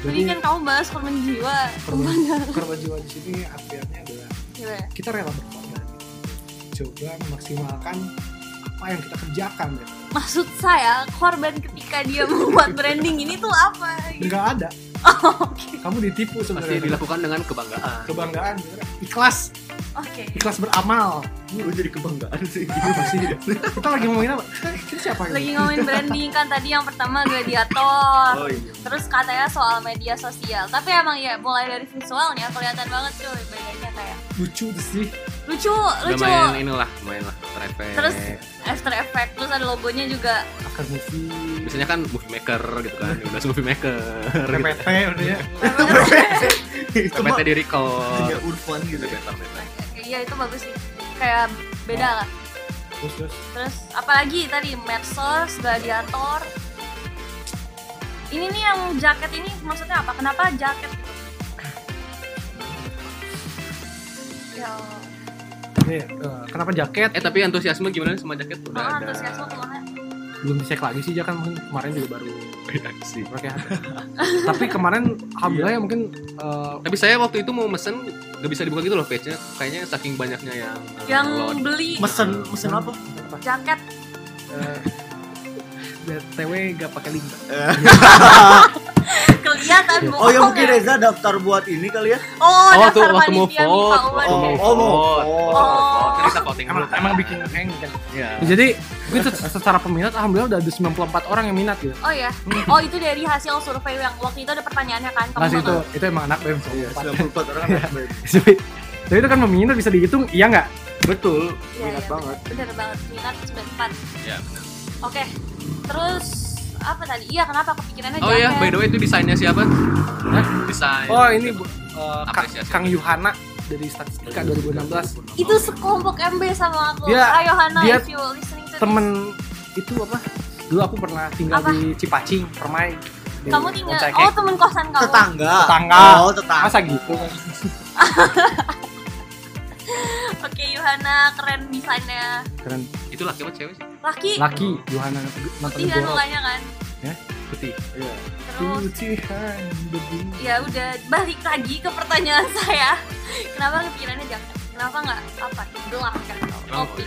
Jadi
tadi kan kamu bahas korban jiwa
korban, korban jiwa di sini artinya adalah
Gila ya?
kita rela berkorban coba memaksimalkan apa yang kita kerjakan ya.
maksud saya korban ketika dia membuat branding ini tuh apa gitu.
nggak ada
Oh,
kamu ditipu
Pasti
sebenarnya
dilakukan dengan kebanggaan.
kebanggaan bener. ikhlas
oke
ikhlas beramal
Gue jadi kebanggaan sih.
kita lagi ngomongin apa kita, kita siapa
lagi
ini?
ngomongin branding kan tadi yang pertama gladiator
Oh iya.
Terus katanya soal media sosial, tapi emang ya mulai dari visualnya kelihatan banget cuy bedanya kayak
lucu tuh sih
lucu,
Udah
lucu.
main inilah, main lah. After Effects.
Terus After Effects terus ada logonya juga.
akan movie
biasanya kan movie maker gitu kan. Udah movie maker. gitu.
PPT udah ya
PPT di
Iya,
record.
Urfan gitu ya.
Iya itu bagus sih. Kayak beda lah.
terus terus
Terus apalagi tadi medsos, gladiator. Ini nih yang jaket ini maksudnya apa? Kenapa jaket gitu? Ya, Allah.
Nih, eh, kenapa jaket
Eh tapi antusiasme gimana sama jaket udah
ah,
ada.
antusiasme kemana?
belum dicek lagi sih ya kan mungkin kemarin juga baru
Reaksi.
oke tapi kemarin alhamdulillah ya mungkin eh,
Tapi saya waktu itu mau mesen nggak bisa dibuka gitu loh page-nya. Kayaknya saking banyaknya yang eh,
Yang
load.
beli
Mesen, mesen apa?
jaket
eh, btw gak pakai link
kelihatan bohong
Oh ya mungkin
ya.
Reza daftar buat ini kali ya?
oh,
Oh, tuh
daftar
waktu mau
panitia
vote.
FIFA
Oh,
UAD.
mau vote.
Oh.
Jadi kita voting dulu
emang emang bikin hang kan
Iya.
jadi gue tuh secara peminat alhamdulillah udah ada 94 orang yang minat gitu
oh ya oh itu dari hasil survei yang waktu itu ada pertanyaannya kan kamu
Mas itu
nonton?
itu emang anak BEM
Iya,
sobat.
94 orang
Oh.
kan anak BEM.
Tapi- Tapi itu kan peminat bisa dihitung iya nggak?
Betul,
Iya,
minat
iya,
banget.
bener banget minat 94
Iya, benar.
oke terus apa tadi iya kenapa kepikirannya
Oh iya,
jaket?
by the way itu desainnya siapa?
Hah?
Desain.
Oh ini Bu- eh, Ka-
Iya, Apresiasi. Iya,
Kang Yuhana dari Statistika 2016
itu sekelompok MB sama aku
Dia-
ayo Hana
dia
if you listening to this.
temen itu apa? Dulu aku pernah tinggal
Apa?
di Cipacing, Permai. di
kamu tinggal
Moncake.
oh temen kosan kamu
Tetangga.
Tetangga.
Oh, tetangga.
Masa gitu?
oke Yohana keren desainnya
Keren.
Itu laki apa cewek sih?
laki
Laki Yuhana nonton
putih kan
Jorok.
mukanya kan
Putih.
Iya.
terus
Putihan debu.
ya udah balik lagi ke pertanyaan saya kenapa kepikirannya jaket kenapa nggak apa gelang kan kopi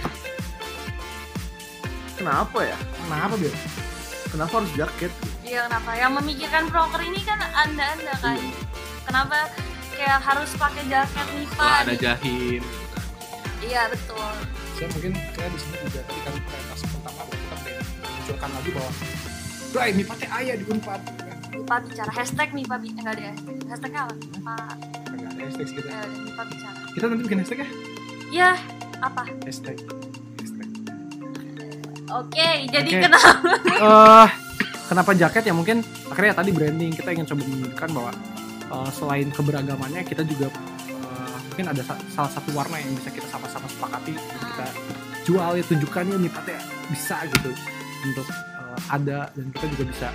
Kenapa ya?
Kenapa, Bil?
Kenapa harus jaket?
iya kenapa yang memikirkan broker ini kan anda anda kan kenapa kayak harus pakai jaket nipa
Wah, Oh, ada jahit.
iya betul
saya mungkin kira di sini juga tadi kami pentas pertama kita pengen munculkan lagi bahwa Bray, ini pate ayah di Unpad.
nipa bicara hashtag nipa bicara enggak eh, ada hashtag hashtagnya apa nipa
Enggak ada hashtag kita.
eh, nipa bicara
Kita nanti bikin hashtag ya?
ya apa
Hashtag. Hashtag.
oke jadi
Oke.
kenapa
Eh, kenapa jaket ya mungkin akhirnya tadi branding kita ingin coba menunjukkan bahwa eh, selain keberagamannya kita juga eh, mungkin ada sa- salah satu warna yang bisa kita sama-sama sepakati dan kita jual ya tunjukkannya nih Pat, ya bisa gitu untuk eh, ada dan kita juga bisa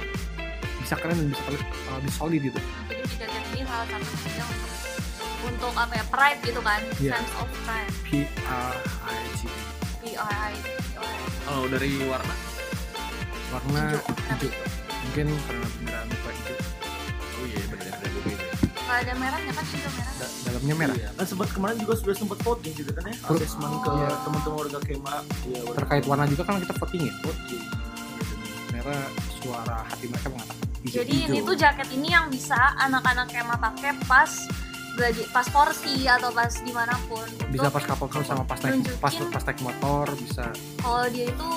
bisa keren dan bisa eh, bisa solid gitu
jadi si jaket ini salah satu media untuk untuk apa ya pride gitu kan
Iya.
sense of pride
P R I G
P R I
Kalau Oh, dari warna
warna
Hijau.
hijau mungkin karena beneran warna hijau
Oh iya, benar ada logo itu.
Kalau ada merahnya kan hijau merah
Da- dalamnya merah
Iya. Kan sempat kemarin juga sudah sempat voting gitu kan ya.
Ber-
Asesmen ke
Iya.
teman-teman warga Kema. Iya, warga
terkait warna juga kan kita voting ya
voting.
merah suara hati mereka mengatakan hijau.
jadi ini tuh jaket ini yang bisa anak-anak kema pakai pas gladi- pas porsi atau pas dimanapun
bisa
Untuk
pas kapal kru sama pas naik pas
Nunjukin.
pas naik motor bisa
kalau dia itu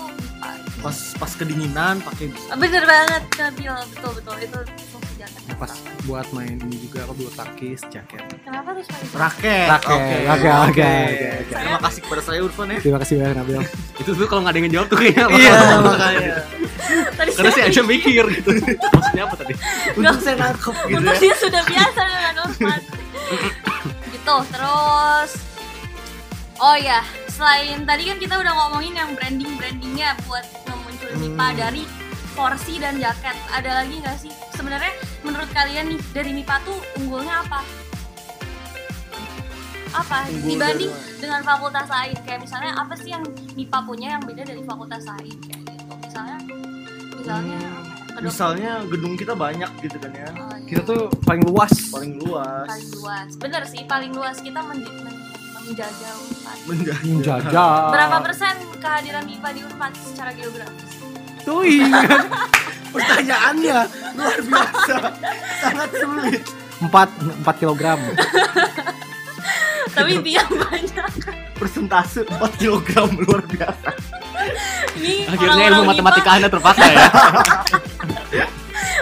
Nipa.
Pas pas kedinginan pakai bisa.
bener banget Nabil betul betul itu fungsi jaket
pas buat main ini juga apa bulu tangkis jaket
kenapa harus pakai jaket?
Raket.
Raket. Oke, oke, oke, oke.
Terima kasih kepada saya Urfan ya. Iya.
terima kasih banyak Nabil
Itu tuh kalau nggak ada yang ngejawab tuh kayaknya apa?
Iya.
makanya.
Tadi
Karena
saya-
sih aja mikir gitu. Maksudnya apa tadi?
Untung saya nangkep gitu
Untung
ya.
dia sudah biasa dengan Norman. gitu, terus Oh ya, selain tadi kan kita udah ngomongin yang branding-brandingnya buat
Hmm.
ngemunculin MIPA dari porsi dan jaket. Ada lagi nggak sih? Sebenarnya menurut kalian nih dari MIPA tuh unggulnya apa? Apa
Unggul
dibanding
dari-
dengan fakultas lain? Kayak misalnya apa sih yang MIPA punya yang beda dari fakultas lain? Kayak gitu. Misalnya misalnya
Hmm,
apa ya? Kedok-
Misalnya gedung kita banyak gitu kan ya.
Oh, iya.
kita tuh paling luas
Paling luas.
paling luas bener sih paling luas kita men- men- menjajah Unpad
Menjadi
Iya. menjajah
berapa persen kehadiran IPA di Unpad secara geografis
tuh iya.
pertanyaannya luar biasa. Sangat sulit.
empat empat kilogram
tapi itu yang banyak
Persentase 4 kilogram luar biasa.
ini
Akhirnya ilmu
orang-orang
matematika Anda terpakai ya.
IPA.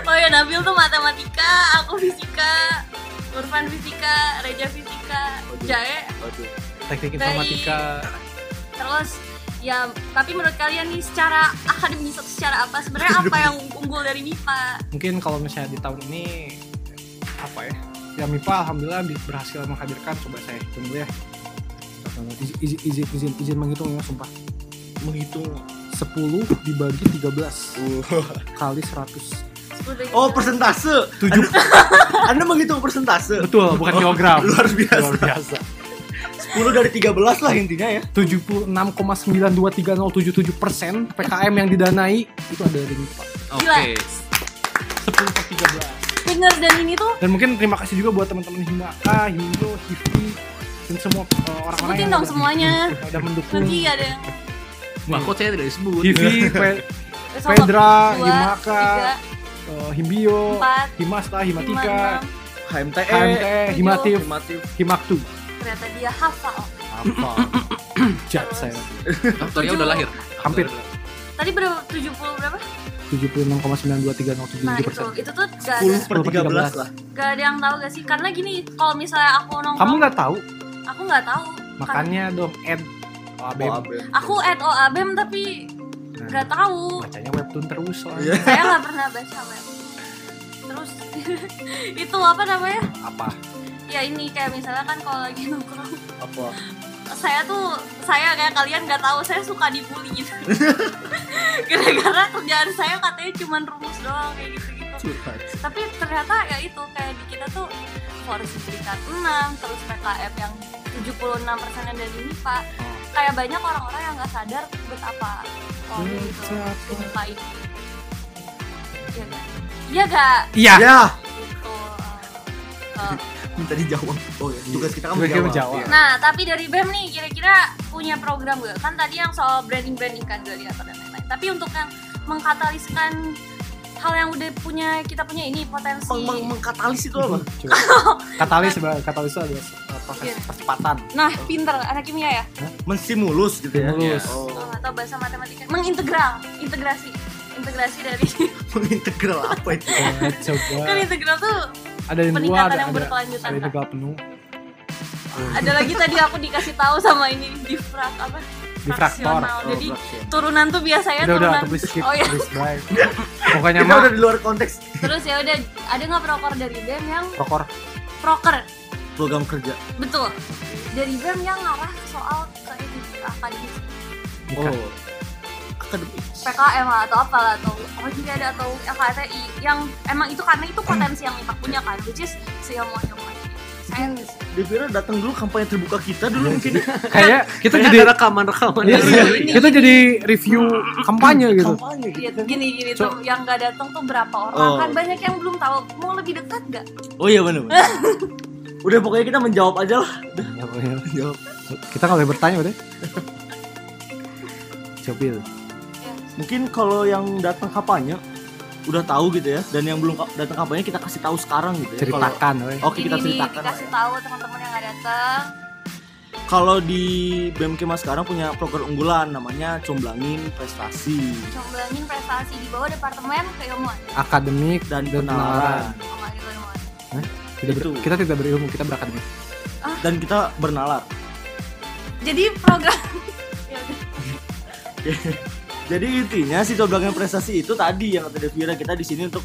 oh ya Nabil tuh matematika aku fisika Urfan fisika Reja fisika
Waduh.
Jae
Waduh.
teknik
Dari-
informatika
terus ya tapi menurut kalian nih secara akademis atau secara apa sebenarnya apa yang unggul dari MIPA
mungkin kalau misalnya di tahun ini apa ya ya MIPA alhamdulillah bi- berhasil menghadirkan coba saya hitung dulu ya izin izin izin izin, izin menghitung ya sumpah
Menghitung.
10 dibagi 13 kali 100
Sebenarnya-
Oh, persentase.
Tujuh.
Anda- Anda menghitung persentase.
betul bukan kilogram
Luar biasa.
luar biasa
10 dari 13 lah intinya ya.
76,92377 persen PKM yang didanai itu ada di MIPA
Oke.
10 per 13
bener dan ini tuh
dan mungkin terima kasih juga buat teman-teman Himaka, Hindo, Hifi dan semua eh, orang-orang
Sebutin
yang
dong
udah-
semuanya.
Hmm.
ya.
udah mendukung
nanti ada yang
Iya. Wah, kok saya tidak disebut?
Hivi, P-
Terus sama
Pedra,
dua,
Himaka,
tiga,
eh, Himbio,
empat,
Himasta,
lima,
Himatika,
enam.
HMTE
Eh,
HMT, Himatif,
Afirmatif.
Himaktu.
Ternyata dia hafal.
apa
Jat saya.
Dokternya udah lahir.
Hampir
Tadi berapa? 70 berapa?
76,92307
Nah itu,
persen.
itu tuh gak ada,
10 per 13 lah
gak ada yang tahu gak sih? Karena gini, kalau misalnya aku
Kamu
nongkrong,
nggak tahu?
aku nggak tahu. Karena
Makanya dong Nah, add
Oh,
OAB.
Abel.
Aku at OABEM E tapi
Nah,
nggak tahu.
bacanya webtoon terus soalnya.
Iya.
Saya nggak pernah baca web. Terus itu apa namanya?
Apa?
Ya ini kayak misalnya kan kalau lagi nongkrong,
apa
saya tuh saya kayak kalian nggak tahu saya suka dibully gitu. Gara-gara kerjaan saya katanya cuman rumus doang kayak gitu-gitu. tapi ternyata ya itu kayak di kita tuh harus diberikan 6 terus PKM yang 76 persen dari MIPA kayak banyak orang-orang yang nggak sadar betapa oh gitu si MIPA itu iya gak? iya gak?
Iya.
ya
gitu eh, eh.
minta dijawab oh ya tugas kita kan
Tugas kita
menjawab
menjawab.
nah tapi dari BEM nih kira-kira punya program gak? kan tadi yang soal branding-branding kan dari atau dan lain-lain tapi untuk yang mengkataliskan hal yang udah punya kita punya ini potensi
Meng- Oh, meng- mengkatalis itu apa
Coba. Katalis sebagai- katalis itu adalah uh, proses
Iya.
percepatan.
nah pinter anak kimia ya Nah,
mensimulus gitu ya
Simulus.
oh.
atau bahasa matematika mengintegral integrasi integrasi dari
mengintegral apa itu
Coba-
kan
Coba
integral tuh
ada yang dua
peningkatan
ada
yang
ada,
berkelanjutan, Kak.
ada integral penuh,
ada lagi tadi aku dikasih tahu sama ini difrak apa
Difraktor.
Fraksional.
Oh,
jadi
iya.
blockchain.
turunan tuh biasanya
Udah udah
turunan
atau please skip,
oh ya
please bye. Pokoknya
kita
mah
udah di luar konteks
terus ya udah ada nggak proker dari BEM yang
prokor
proker
program kerja
betul dari BEM yang ngarah soal ke ini ke akademis
bukan.
Oh. akademik
PKM lah atau apalah atau olimpiade atau FKTI yang emang itu karena itu potensi yang kita punya kan which is seilmuwan ilmuwan
Hmm.
sains
Devira datang dulu kampanye terbuka
Iya,
kita dulu mungkin ya.
Kayak kita
Kayak
jadi
ada rekaman-rekaman.
Iya,
Iya, ini.
kita jadi review kampanye gitu.
kampanye gitu
Iya, gini gini tuh
So-
yang nggak datang tuh berapa orang
Oh.
kan banyak yang belum tahu mau lebih dekat gak?
oh iya benar benar. udah pokoknya kita menjawab aja lah
Ya, pokoknya.
menjawab
Kita nggak boleh bertanya udah. Coba
mungkin kalau yang datang kampanye udah tahu gitu ya dan yang belum ka- datang kampanye kita kasih tahu sekarang gitu ya Kalau-
ceritakan. woy.
oke
Ini
kita
nih,
ceritakan lah
dikasih
ya.
tahu teman-teman yang nggak datang.
kalau di BMK Mas sekarang punya program unggulan namanya Comblangin Prestasi
Comblangin prestasi di bawah departemen keilmuan.
Akademik
dan
dan
penawaran
penawaran.
Sama ada keilmuan.
Tidak ber-
Itu.
kita tidak berilmu, kita berakademik.
dan kita bernalar.
Jadi program Ya udah.
Jadi intinya si Comblangin Prestasi itu tadi yang kata Devira kita di sini untuk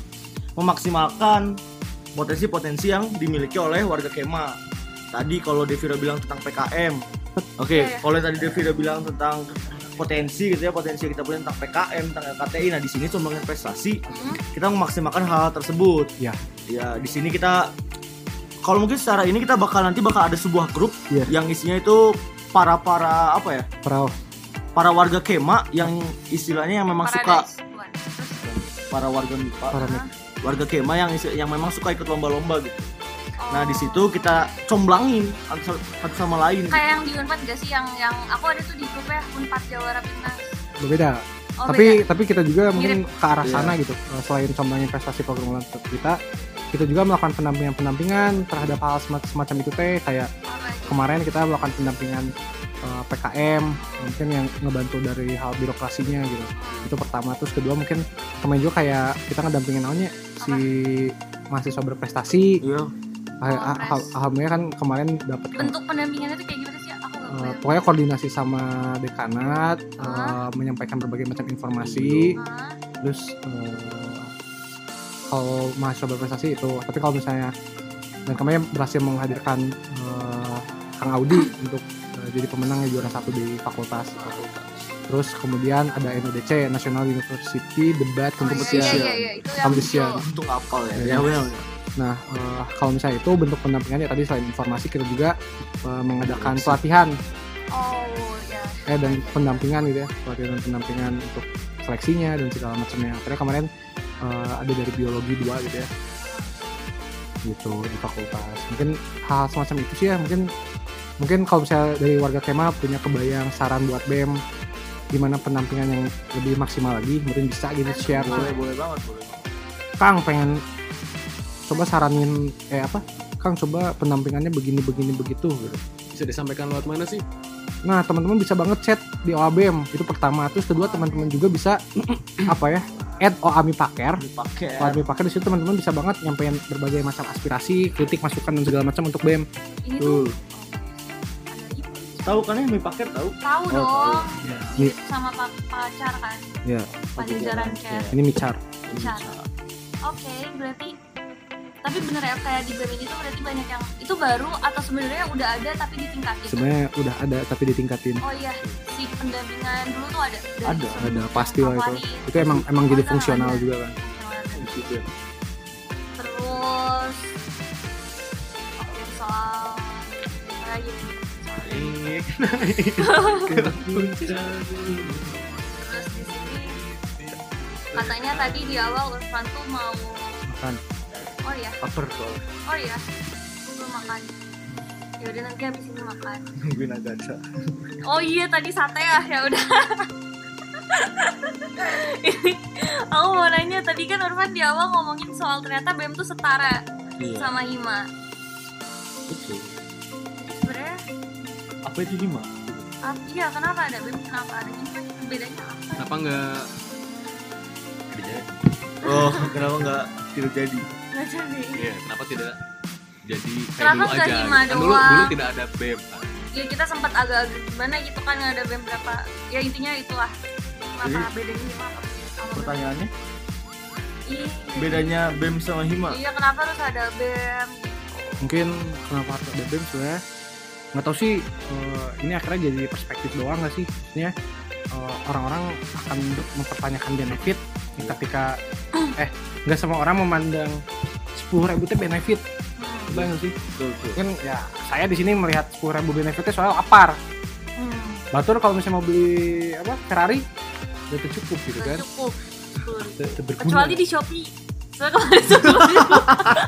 memaksimalkan potensi-potensi yang dimiliki oleh warga Kema. Tadi kalau Devira bilang tentang PKM, oke.
Iya.
Kalau tadi Devira bilang tentang potensi gitu ya potensi yang kita punya tentang PKM tentang LKTI nah di sini Comblangin prestasi
Hmm.
kita memaksimalkan hal-hal tersebut.
Ya.
Ya, di sini kita kalau mungkin secara ini kita bakal nanti bakal ada sebuah grup
Iya.
yang isinya itu para-para apa ya?
Perahu.
Para warga kema yang istilahnya yang memang
Hmm,
suka
Paradise. Bukan. Terus,
para warga MIPA,
Para
Hah?
warga kema yang isi- yang memang suka ikut lomba-lomba gitu.
oh.
Nah, di situ kita comblangin antar- satu sama lain.
kayak yang di Unpad gak sih yang yang aku ada tuh di grupnya Unpad Jawara Pinang.
berbeda.
Oh,
tapi
beda.
tapi kita juga mungkin ke arah
Iya.
sana gitu. Eh, Selain contohnya investasi program unggulan tetap kita, kita juga melakukan pendampingan-pendampingan terhadap hal sema- semacam itu teh kayak
Apa aja?
kemarin kita melakukan pendampingan eh, PKM mungkin yang ngebantu dari hal birokrasinya gitu. Itu pertama terus kedua mungkin kemarin juga kayak kita ngedampingin namanya si mahasiswa berprestasi.
Iya.
Ah- ah-
Kongres.
al- Alhamdulillah kan kemarin dapat
Bentuk pendampingannya tuh kayak gimana sih? Aku nggak
eh,
kebayang.
pokoknya koordinasi sama dekanat eh,
Ah.
menyampaikan berbagai macam informasi
Hah?
terus eh, kalau mahasiswa berprestasi itu tapi kalau misalnya dan kami berhasil menghadirkan eh, Kang Audi untuk eh, jadi pemenang juara satu di fakultas terus kemudian ada NUDC National University Debat
Oh, iya,
Competition
iya, iya, iya. Itu yang
Competition.
video.
Untung apal
Iya.
ya. Ya, benar. benar.
nah eh, kalau misalnya itu bentuk pendampingannya tadi selain informasi kita juga eh, mengadakan pelatihan
Oh, ya.
eh dan pendampingan gitu ya pelatihan dan pendampingan untuk seleksinya dan segala macamnya akhirnya kemarin eh, ada dari biologi dua gitu ya gitu di fakultas mungkin hal semacam itu sih ya mungkin mungkin kalau misalnya dari warga kema punya kebayang saran buat bem gimana penampilan yang lebih maksimal lagi mungkin bisa gitu share
boleh boleh banget boleh banget.
Kang pengen coba saranin eh apa Kang coba pendampingannya begini begini begitu gitu.
Bisa disampaikan lewat mana sih?
Nah teman-teman bisa banget chat di OABM itu pertama terus kedua teman-teman juga bisa apa ya add OAMI Paker
dipakai
OAMI Paker di situ teman-teman bisa banget nyampein berbagai macam aspirasi kritik masukan dan segala macam untuk BM
Ini tuh
Tuh. tahu kan ya dipakai tahu
tahu
Oh,
dong.
Iya.
Ini sama pa- pacar kan.
Iya.
Pajajaran Care.
ini micar
Micar. Oke, berarti tapi bener ya kayak di BEM ini tuh berarti banyak yang itu baru atau sebenarnya udah ada tapi ditingkatin.
sebenarnya udah ada tapi ditingkatin
Oh iya, si pendampingan dulu tuh ada. Dari
Ada,
sebelum
ada pasti lah itu
Awalin.
itu emang emang jadi
Ada,
fungsional
ada.
juga Iya. kan
Di situ ya.
Terus oke soal apa lagi nih? Soal Terus di sini katanya tadi di awal Irfan tuh mau
Makan.
Oh iya,
Upper tuh
oh iya. Belum makan. Ya udah nanti habis ini makan.
nungguin Agatha
Oh iya tadi sate ya, ya udah. Ini, aku mau nanya tadi kan Irfan di awal ngomongin soal ternyata BEM tuh setara sama Hima.
Iya. Betul.
Sebenarnya
apa itu hima
ap- iya kenapa ada BEM kenapa ada Hima? Bedanya apa?
Kenapa nggak kerja?
oh kenapa nggak tidak jadi
Nggak jadi.
Iya, kenapa tidak jadi kayak
Kenapa
dulu
nggak
aja?
lima
Kan dulu dulu
doang?
tidak ada BEM. kan?
Ya kita sempat agak-agak gimana gitu kan ada BEM berapa? Ya intinya itulah. Kenapa bedanya Hima apa sama BEM?
pertanyaannya
Iya.
bedanya bem sama hima
Iya kenapa harus ada BEM?
mungkin kenapa harus ada BEM sebenarnya nggak tahu sih eh, ini akhirnya jadi perspektif doang nggak sih maksudnya eh, orang-orang akan mempertanyakan benefit ketika eh nggak semua orang memandang sepuluh ribu teh benefit
Hmm.
Kebayang nggak sih
betul betul
mungkin ya saya di sini melihat sepuluh ribu benefitnya soal apar
Hmm.
batur kalau misalnya mau beli apa Ferrari udah itu cukup gitu
Nggak
kan
Cukup. Betul.
Te- te- berguna.
kecuali di Shopee soalnya kemarin sebelumnya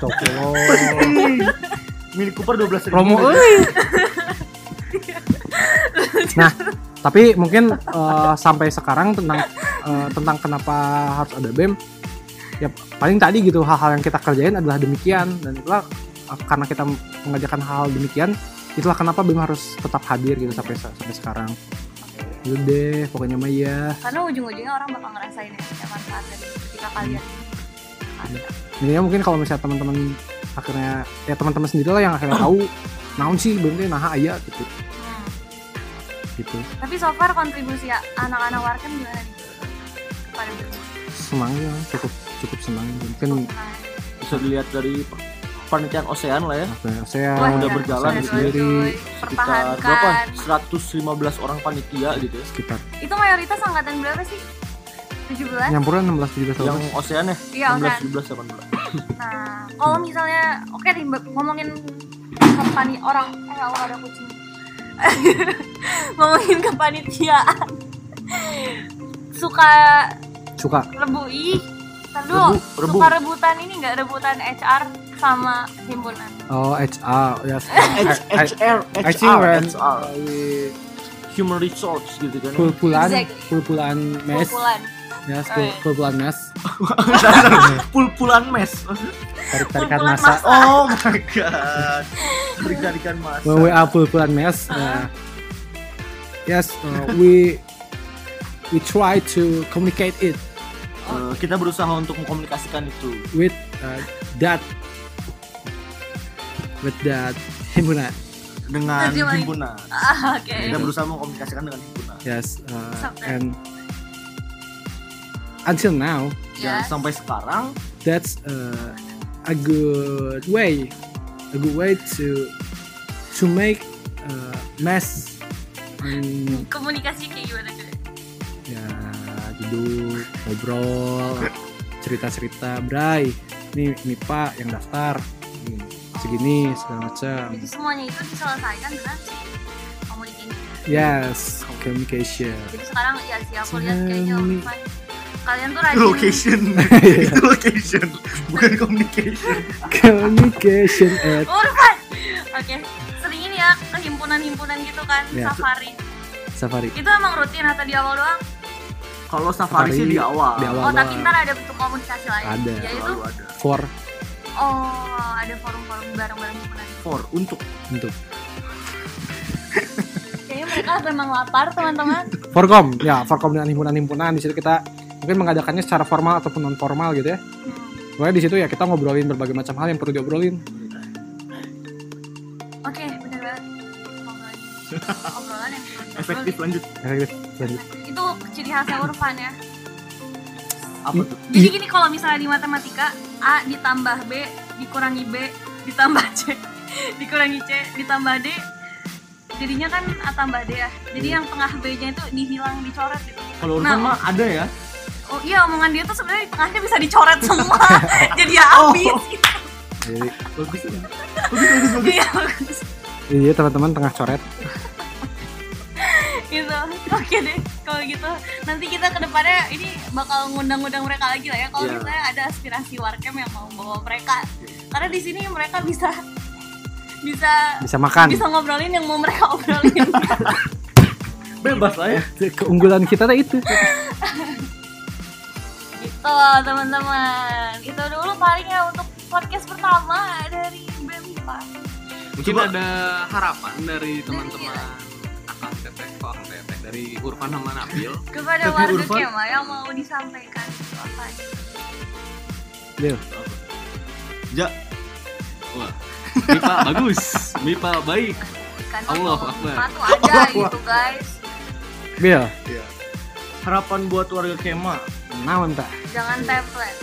Toko.
mini cooper dua belas
promo euy. nah tapi mungkin eh, sampai sekarang tentang eh, tentang kenapa harus ada bem ya paling tadi gitu hal-hal yang kita kerjain adalah demikian dan itulah eh, karena kita mengajarkan hal-hal demikian itulah kenapa bem harus tetap hadir gitu sampai sampai sekarang Gitu deh pokoknya mah ya
karena ujung-ujungnya orang bakal ngerasain ya ya, manfaat dari
Hmm.
ketika kalian
Iya.
ada.
Intinya mungkin kalau misalnya teman-teman akhirnya ya teman-teman sendiri lah yang akhirnya tahu naon sih bem teh naha aya gitu
Hmm.
gitu
tapi so far kontribusi ya- anak-anak warken gimana nih kepada
Hmm.
dunia?
senang ya cukup cukup senang mungkin
Nah,
bisa dilihat dari pe- penelitian ocean lah ya
apa ya, saya
Wah,
udah
ya.
berjalan
Sudah
di
dua-dua,
sendiri
cuy.
sekitar berapa
pertahankan
115 orang panitia gitu ya
sekitar
itu mayoritas angkatan berapa sih 17
nyampuran 16 17 tahun
yang ocean ya
Iya, Ocean.
16 17 18
nah kalau misalnya oke nih Mbak, ngomongin kepani orang eh Allah ada kucing ngomongin kepanitiaan suka
suka
rebu ih Ntar dulu,
Rebu, rebu.
suka rebutan ini nggak rebutan HR sama himpunan
oh HR ya
Eh, H- HR,
I think
HR,
when-
HR, human resource gitu kan.
pul-pulan
Exactly.
pul-pulan mes
kumpulan
ya pul- pul-pulan mes
Pul-pulan mes.
tarik-tarikan
Pul-pulan
masa
Oh my god. Berikan mas.
WA pul-pulan mes ya. yes uh, we we try to communicate it
Eh, kita berusaha untuk mengkomunikasikan itu.
with uh, that with that himpunan
dengan
Tujuan.
himpunan.
ah, oke
Kita berusaha mengkomunikasikan dengan himpunan.
yes uh,
Sampai.
and until now
Dan
Yes.
sampai sekarang
that's uh, a good way a good way to to make uh, mess and
komunikasi kayak gimana cuy
ya duduk ngobrol cerita cerita Bray ini ini pak yang daftar Ini, segini segala macam
jadi semuanya itu diselesaikan dengan si komunikasi
yes communication
jadi sekarang ya sih aku lihat kayaknya
Tsunami.
Irfan, kalian tuh rajin
location itu location bukan communication.
communication at
Urfan oke sering ini ya ke himpunan-himpunan gitu kan
Ya.
safari
Safari.
Itu emang rutin atau di awal doang?
Kalau safari sih di awal.
Di
Oh,
awal.
tapi
doang.
ntar ada bentuk komunikasi lain.
Ada.
Yaitu,
Selalu ada.
For
oh, ada forum-forum bareng-bareng himpunan.
For untuk
untuk
Kayaknya mereka memang lapar, teman-teman.
Forkom, ya Forkom dan himpunan-himpunan di situ kita mungkin mengadakannya secara formal ataupun non formal gitu ya.
Hmm.
Pokoknya di situ ya kita ngobrolin berbagai macam hal yang perlu diobrolin.
Oke, bener banget. Obrolan- Obrolan yang
efektif lanjut.
Efektif. Lanjut.
Itu ciri khasnya Urfan ya.
Apa
Hmm.
tuh?
Jadi gini kalau misalnya di matematika A ditambah B dikurangi B ditambah C dikurangi C ditambah D jadinya kan A tambah D ya. Jadi yang tengah B-nya itu dihilang dicoret gitu.
Kalau urusan
Nah.
mah ada ya.
Oh iya omongan dia tuh sebenarnya di tengahnya bisa dicoret semua. Jadi ya
Oh.
habis. gitu.
Jadi
Bagus ya.
Iya bagus.
Iya teman-teman tengah coret.
gitu. Oke deh kalau gitu nanti kita kedepannya ini bakal ngundang-ngundang mereka lagi lah ya kalau
Iya.
misalnya ada aspirasi warkem yang mau bawa mereka karena di sini mereka bisa bisa
Bisa makan.
bisa ngobrolin yang mau mereka obrolin
Bebas lah
Eh.
ya.
Keunggulan kita tuh itu.
gitu teman-teman itu dulu paling ya untuk podcast pertama dari BEM IPA
mungkin
Coba-
ada harapan dari teman-teman akan tetek kok akang tetek dari Urfan sama Nabil.
kepada
Tapi
warga
Urfan-
Kema yang mau disampaikan itu apa
Ja,
Wah. Mipa bagus, Mipa baik.
kan
Allahu
waktu-
Akbar.
waktu ada gitu guys
Bill.
Iya.
harapan buat warga Kema.
Nah entah.
jangan template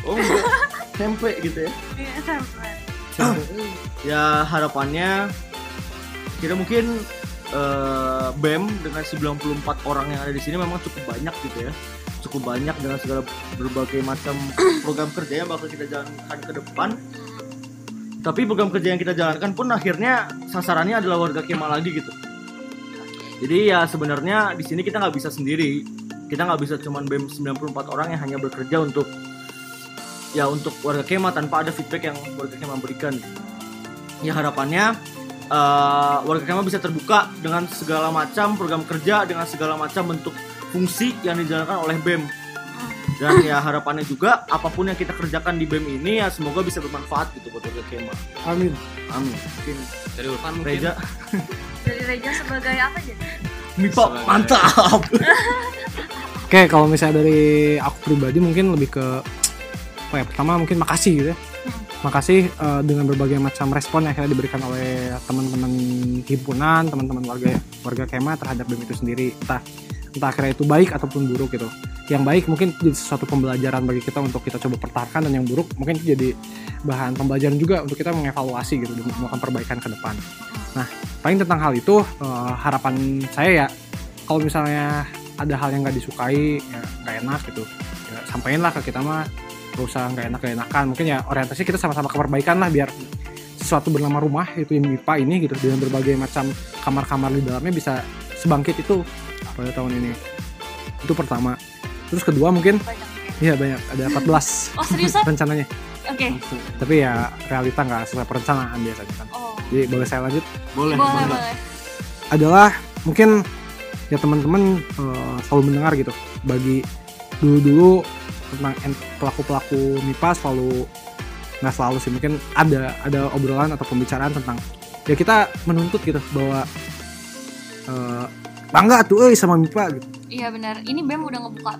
Oh enggak. Tempe gitu ya.
Iya, template
Ya harapannya kira mungkin eh, BEM dengan 94 orang yang ada di sini memang cukup banyak gitu ya. Cukup banyak dengan segala berbagai macam program kerja yang bakal kita jalankan ke depan. Tapi program kerja yang kita jalankan pun akhirnya sasarannya adalah warga Kema lagi gitu. Jadi ya sebenarnya di sini kita nggak bisa sendiri. Kita nggak bisa cuman E BEM 94 orang yang hanya bekerja untuk ya untuk warga Kema tanpa ada feedback yang warga Kema berikan. Ya harapannya eh, warga Kema bisa terbuka dengan segala macam program kerja dengan segala macam bentuk fungsi yang dijalankan oleh BEM. Dan ya harapannya juga apapun yang kita kerjakan di BEM ini ya semoga bisa bermanfaat gitu buat warga Kema.
Amin.
Amin. Mungkin
Dari Urfan mungkin
Reja,
dari Reja sebagai apa jadi
Mipa
Sebagai-
mantap.
Oke, kalau misalnya dari aku pribadi mungkin lebih ke apa ya? Pertama mungkin makasih gitu ya. Makasih eh, dengan berbagai macam respon yang akhirnya diberikan oleh teman-teman himpunan, teman-teman warga warga kema terhadap BEM itu sendiri. Entah entah akhirnya itu baik ataupun buruk gitu. Yang baik mungkin jadi sesuatu pembelajaran bagi kita untuk kita coba pertahankan dan yang buruk mungkin itu jadi bahan pembelajaran juga untuk kita mengevaluasi gitu dan melakukan perbaikan ke depan. Nah, paling tentang hal itu eh, harapan saya ya kalau misalnya ada hal yang nggak disukai ya nggak enak gitu ya, sampaikan lah ke kita mah gak usah nggak enak nggak enakan mungkin ya orientasi kita sama-sama keperbaikan lah biar sesuatu bernama rumah itu yang MIPA ini gitu dengan berbagai macam kamar-kamar di dalamnya bisa sebangkit itu pada tahun ini itu pertama terus kedua mungkin
banyak ya
ya banyak ada 14
oh seriusan
rencananya
oke
tapi ya realita nggak sesuai perencanaan biasanya kan
oh
jadi boleh saya lanjut
boleh
boleh. boleh.
boleh
adalah mungkin ya teman-teman eh, selalu mendengar gitu bagi dulu-dulu tentang en- pelaku-pelaku MIPA selalu nggak selalu sih mungkin ada ada obrolan atau pembicaraan tentang ya kita menuntut gitu bahwa eh, bangga tuh eh sama MIPA gitu
iya benar ini BEM udah ngebuka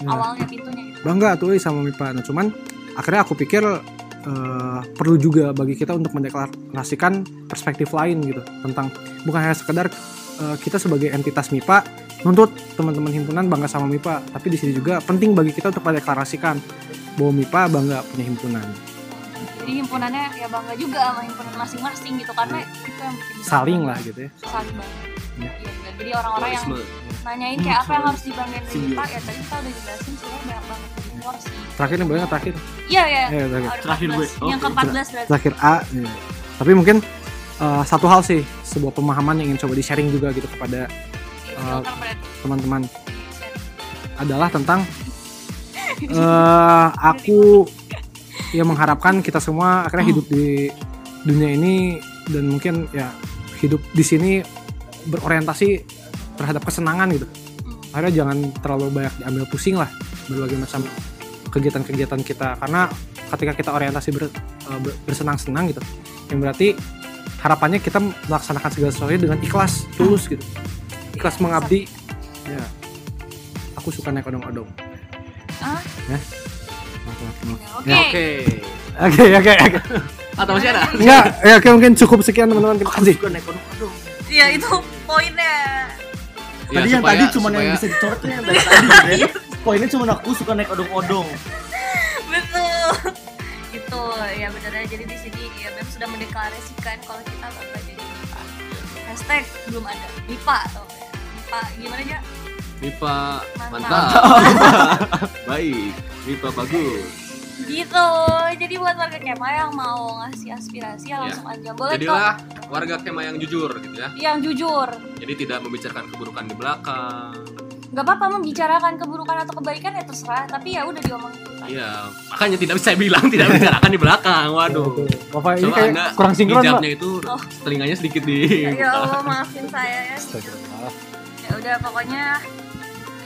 Ya.
awalnya pintunya gitu
bangga tuh eh sama MIPA nah cuman akhirnya aku pikir eh, perlu juga bagi kita untuk mendeklarasikan perspektif lain gitu tentang bukan hanya sekedar eh, kita sebagai entitas MIPA nuntut teman-teman himpunan bangga sama MIPA tapi di sini juga penting bagi kita untuk mendeklarasikan bahwa MIPA bangga punya himpunan
jadi himpunannya ya bangga juga sama himpunan masing-masing gitu karena itu yang bikin
Iya. saling lah gitu ya
saling banget
Ya.
Iya, benar. jadi orang-orang yang nanyain kayak apa yang harus dibanggain dari kita ya tadi kita udah jelasin sebenarnya banyak banget dari luar sih
terakhir nih boleh nggak terakhir
iya iya
Eh, terakhir
Ada
Terakhir gue.
14. yang
Oke.
ke 14 berarti
terakhir A ya. tapi mungkin eh, satu hal sih sebuah pemahaman yang ingin coba di sharing juga gitu kepada
Di filter berarti
teman-teman
di sharing.
adalah tentang eh aku ya mengharapkan kita semua akhirnya hidup di dunia ini dan mungkin ya hidup di sini berorientasi terhadap kesenangan gitu akhirnya jangan terlalu banyak diambil pusing lah berbagai macam kegiatan-kegiatan kita karena ketika kita orientasi ber- eh, ber- bersenang-senang gitu yang berarti harapannya kita melaksanakan segala sesuatunya dengan ikhlas tulus gitu ikhlas mengabdi ya aku suka naik odong-odong
Ah.
ya
Oke.
Iya.
Oke. Ah,
oke oke oke
Atau masih ada?
enggak ya oke mungkin cukup sekian teman-teman terima kasih
Juga naik kodok. Aduh.
Iya itu poinnya.
Ya,
Tadi yang
supaya-
tadi cuma yang
supaya-
bisa dicoret tuh yang dari tadi. ya. Poinnya cuma aku suka naik odong-odong.
Betul. Itu ya benar ya. Jadi di sini ya memang sudah mendeklarasikan kalau kita bakal jadi MIPA. Hashtag belum ada MIPA atau apa ya. MIPA gimana ya?
Mipa
Mantap.
mantap. Baik. Mipa bagus.
Gitu. Jadi buat warga Kema yang mau ngasih aspirasi ya
Iya.
langsung aja boleh kok.
Jadilah warga kema yang jujur gitu ya.
Yang jujur.
Jadi tidak membicarakan keburukan di belakang.
Gak apa-apa membicarakan keburukan atau kebaikan ya terserah. Tapi ya udah diomongin.
Iya, makanya tidak bisa bilang tidak bicarakan di belakang. Waduh.
Bapak ini
Coba
kayak
Anda
kurang sinkron Pak.
hijabnya itu
Oh.
telinganya sedikit di
Ya Allah maafin saya ya. Ya udah pokoknya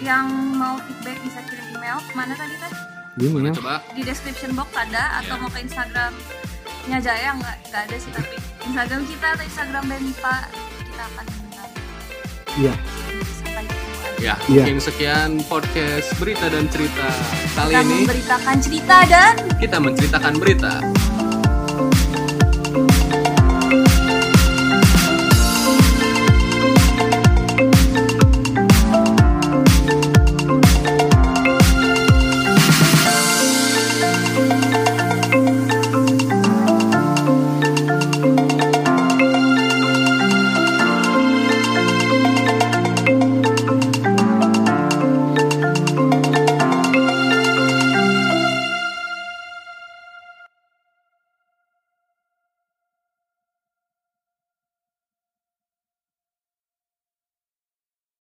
yang mau feedback bisa kirim email kemana tadi teh?
Gimana?
ya. Coba
di description box ada atau
Iya.
mau ke Instagramnya aja ya nggak nggak ada sih tapi Instagram kita atau Instagram Benipa kita akan eh, menang.
Iya.
Sampai ketemu lagi.
ya,
Iya.
mungkin sekian podcast berita dan cerita kali
Kita
ini.
memberitakan cerita dan
Kita menceritakan berita.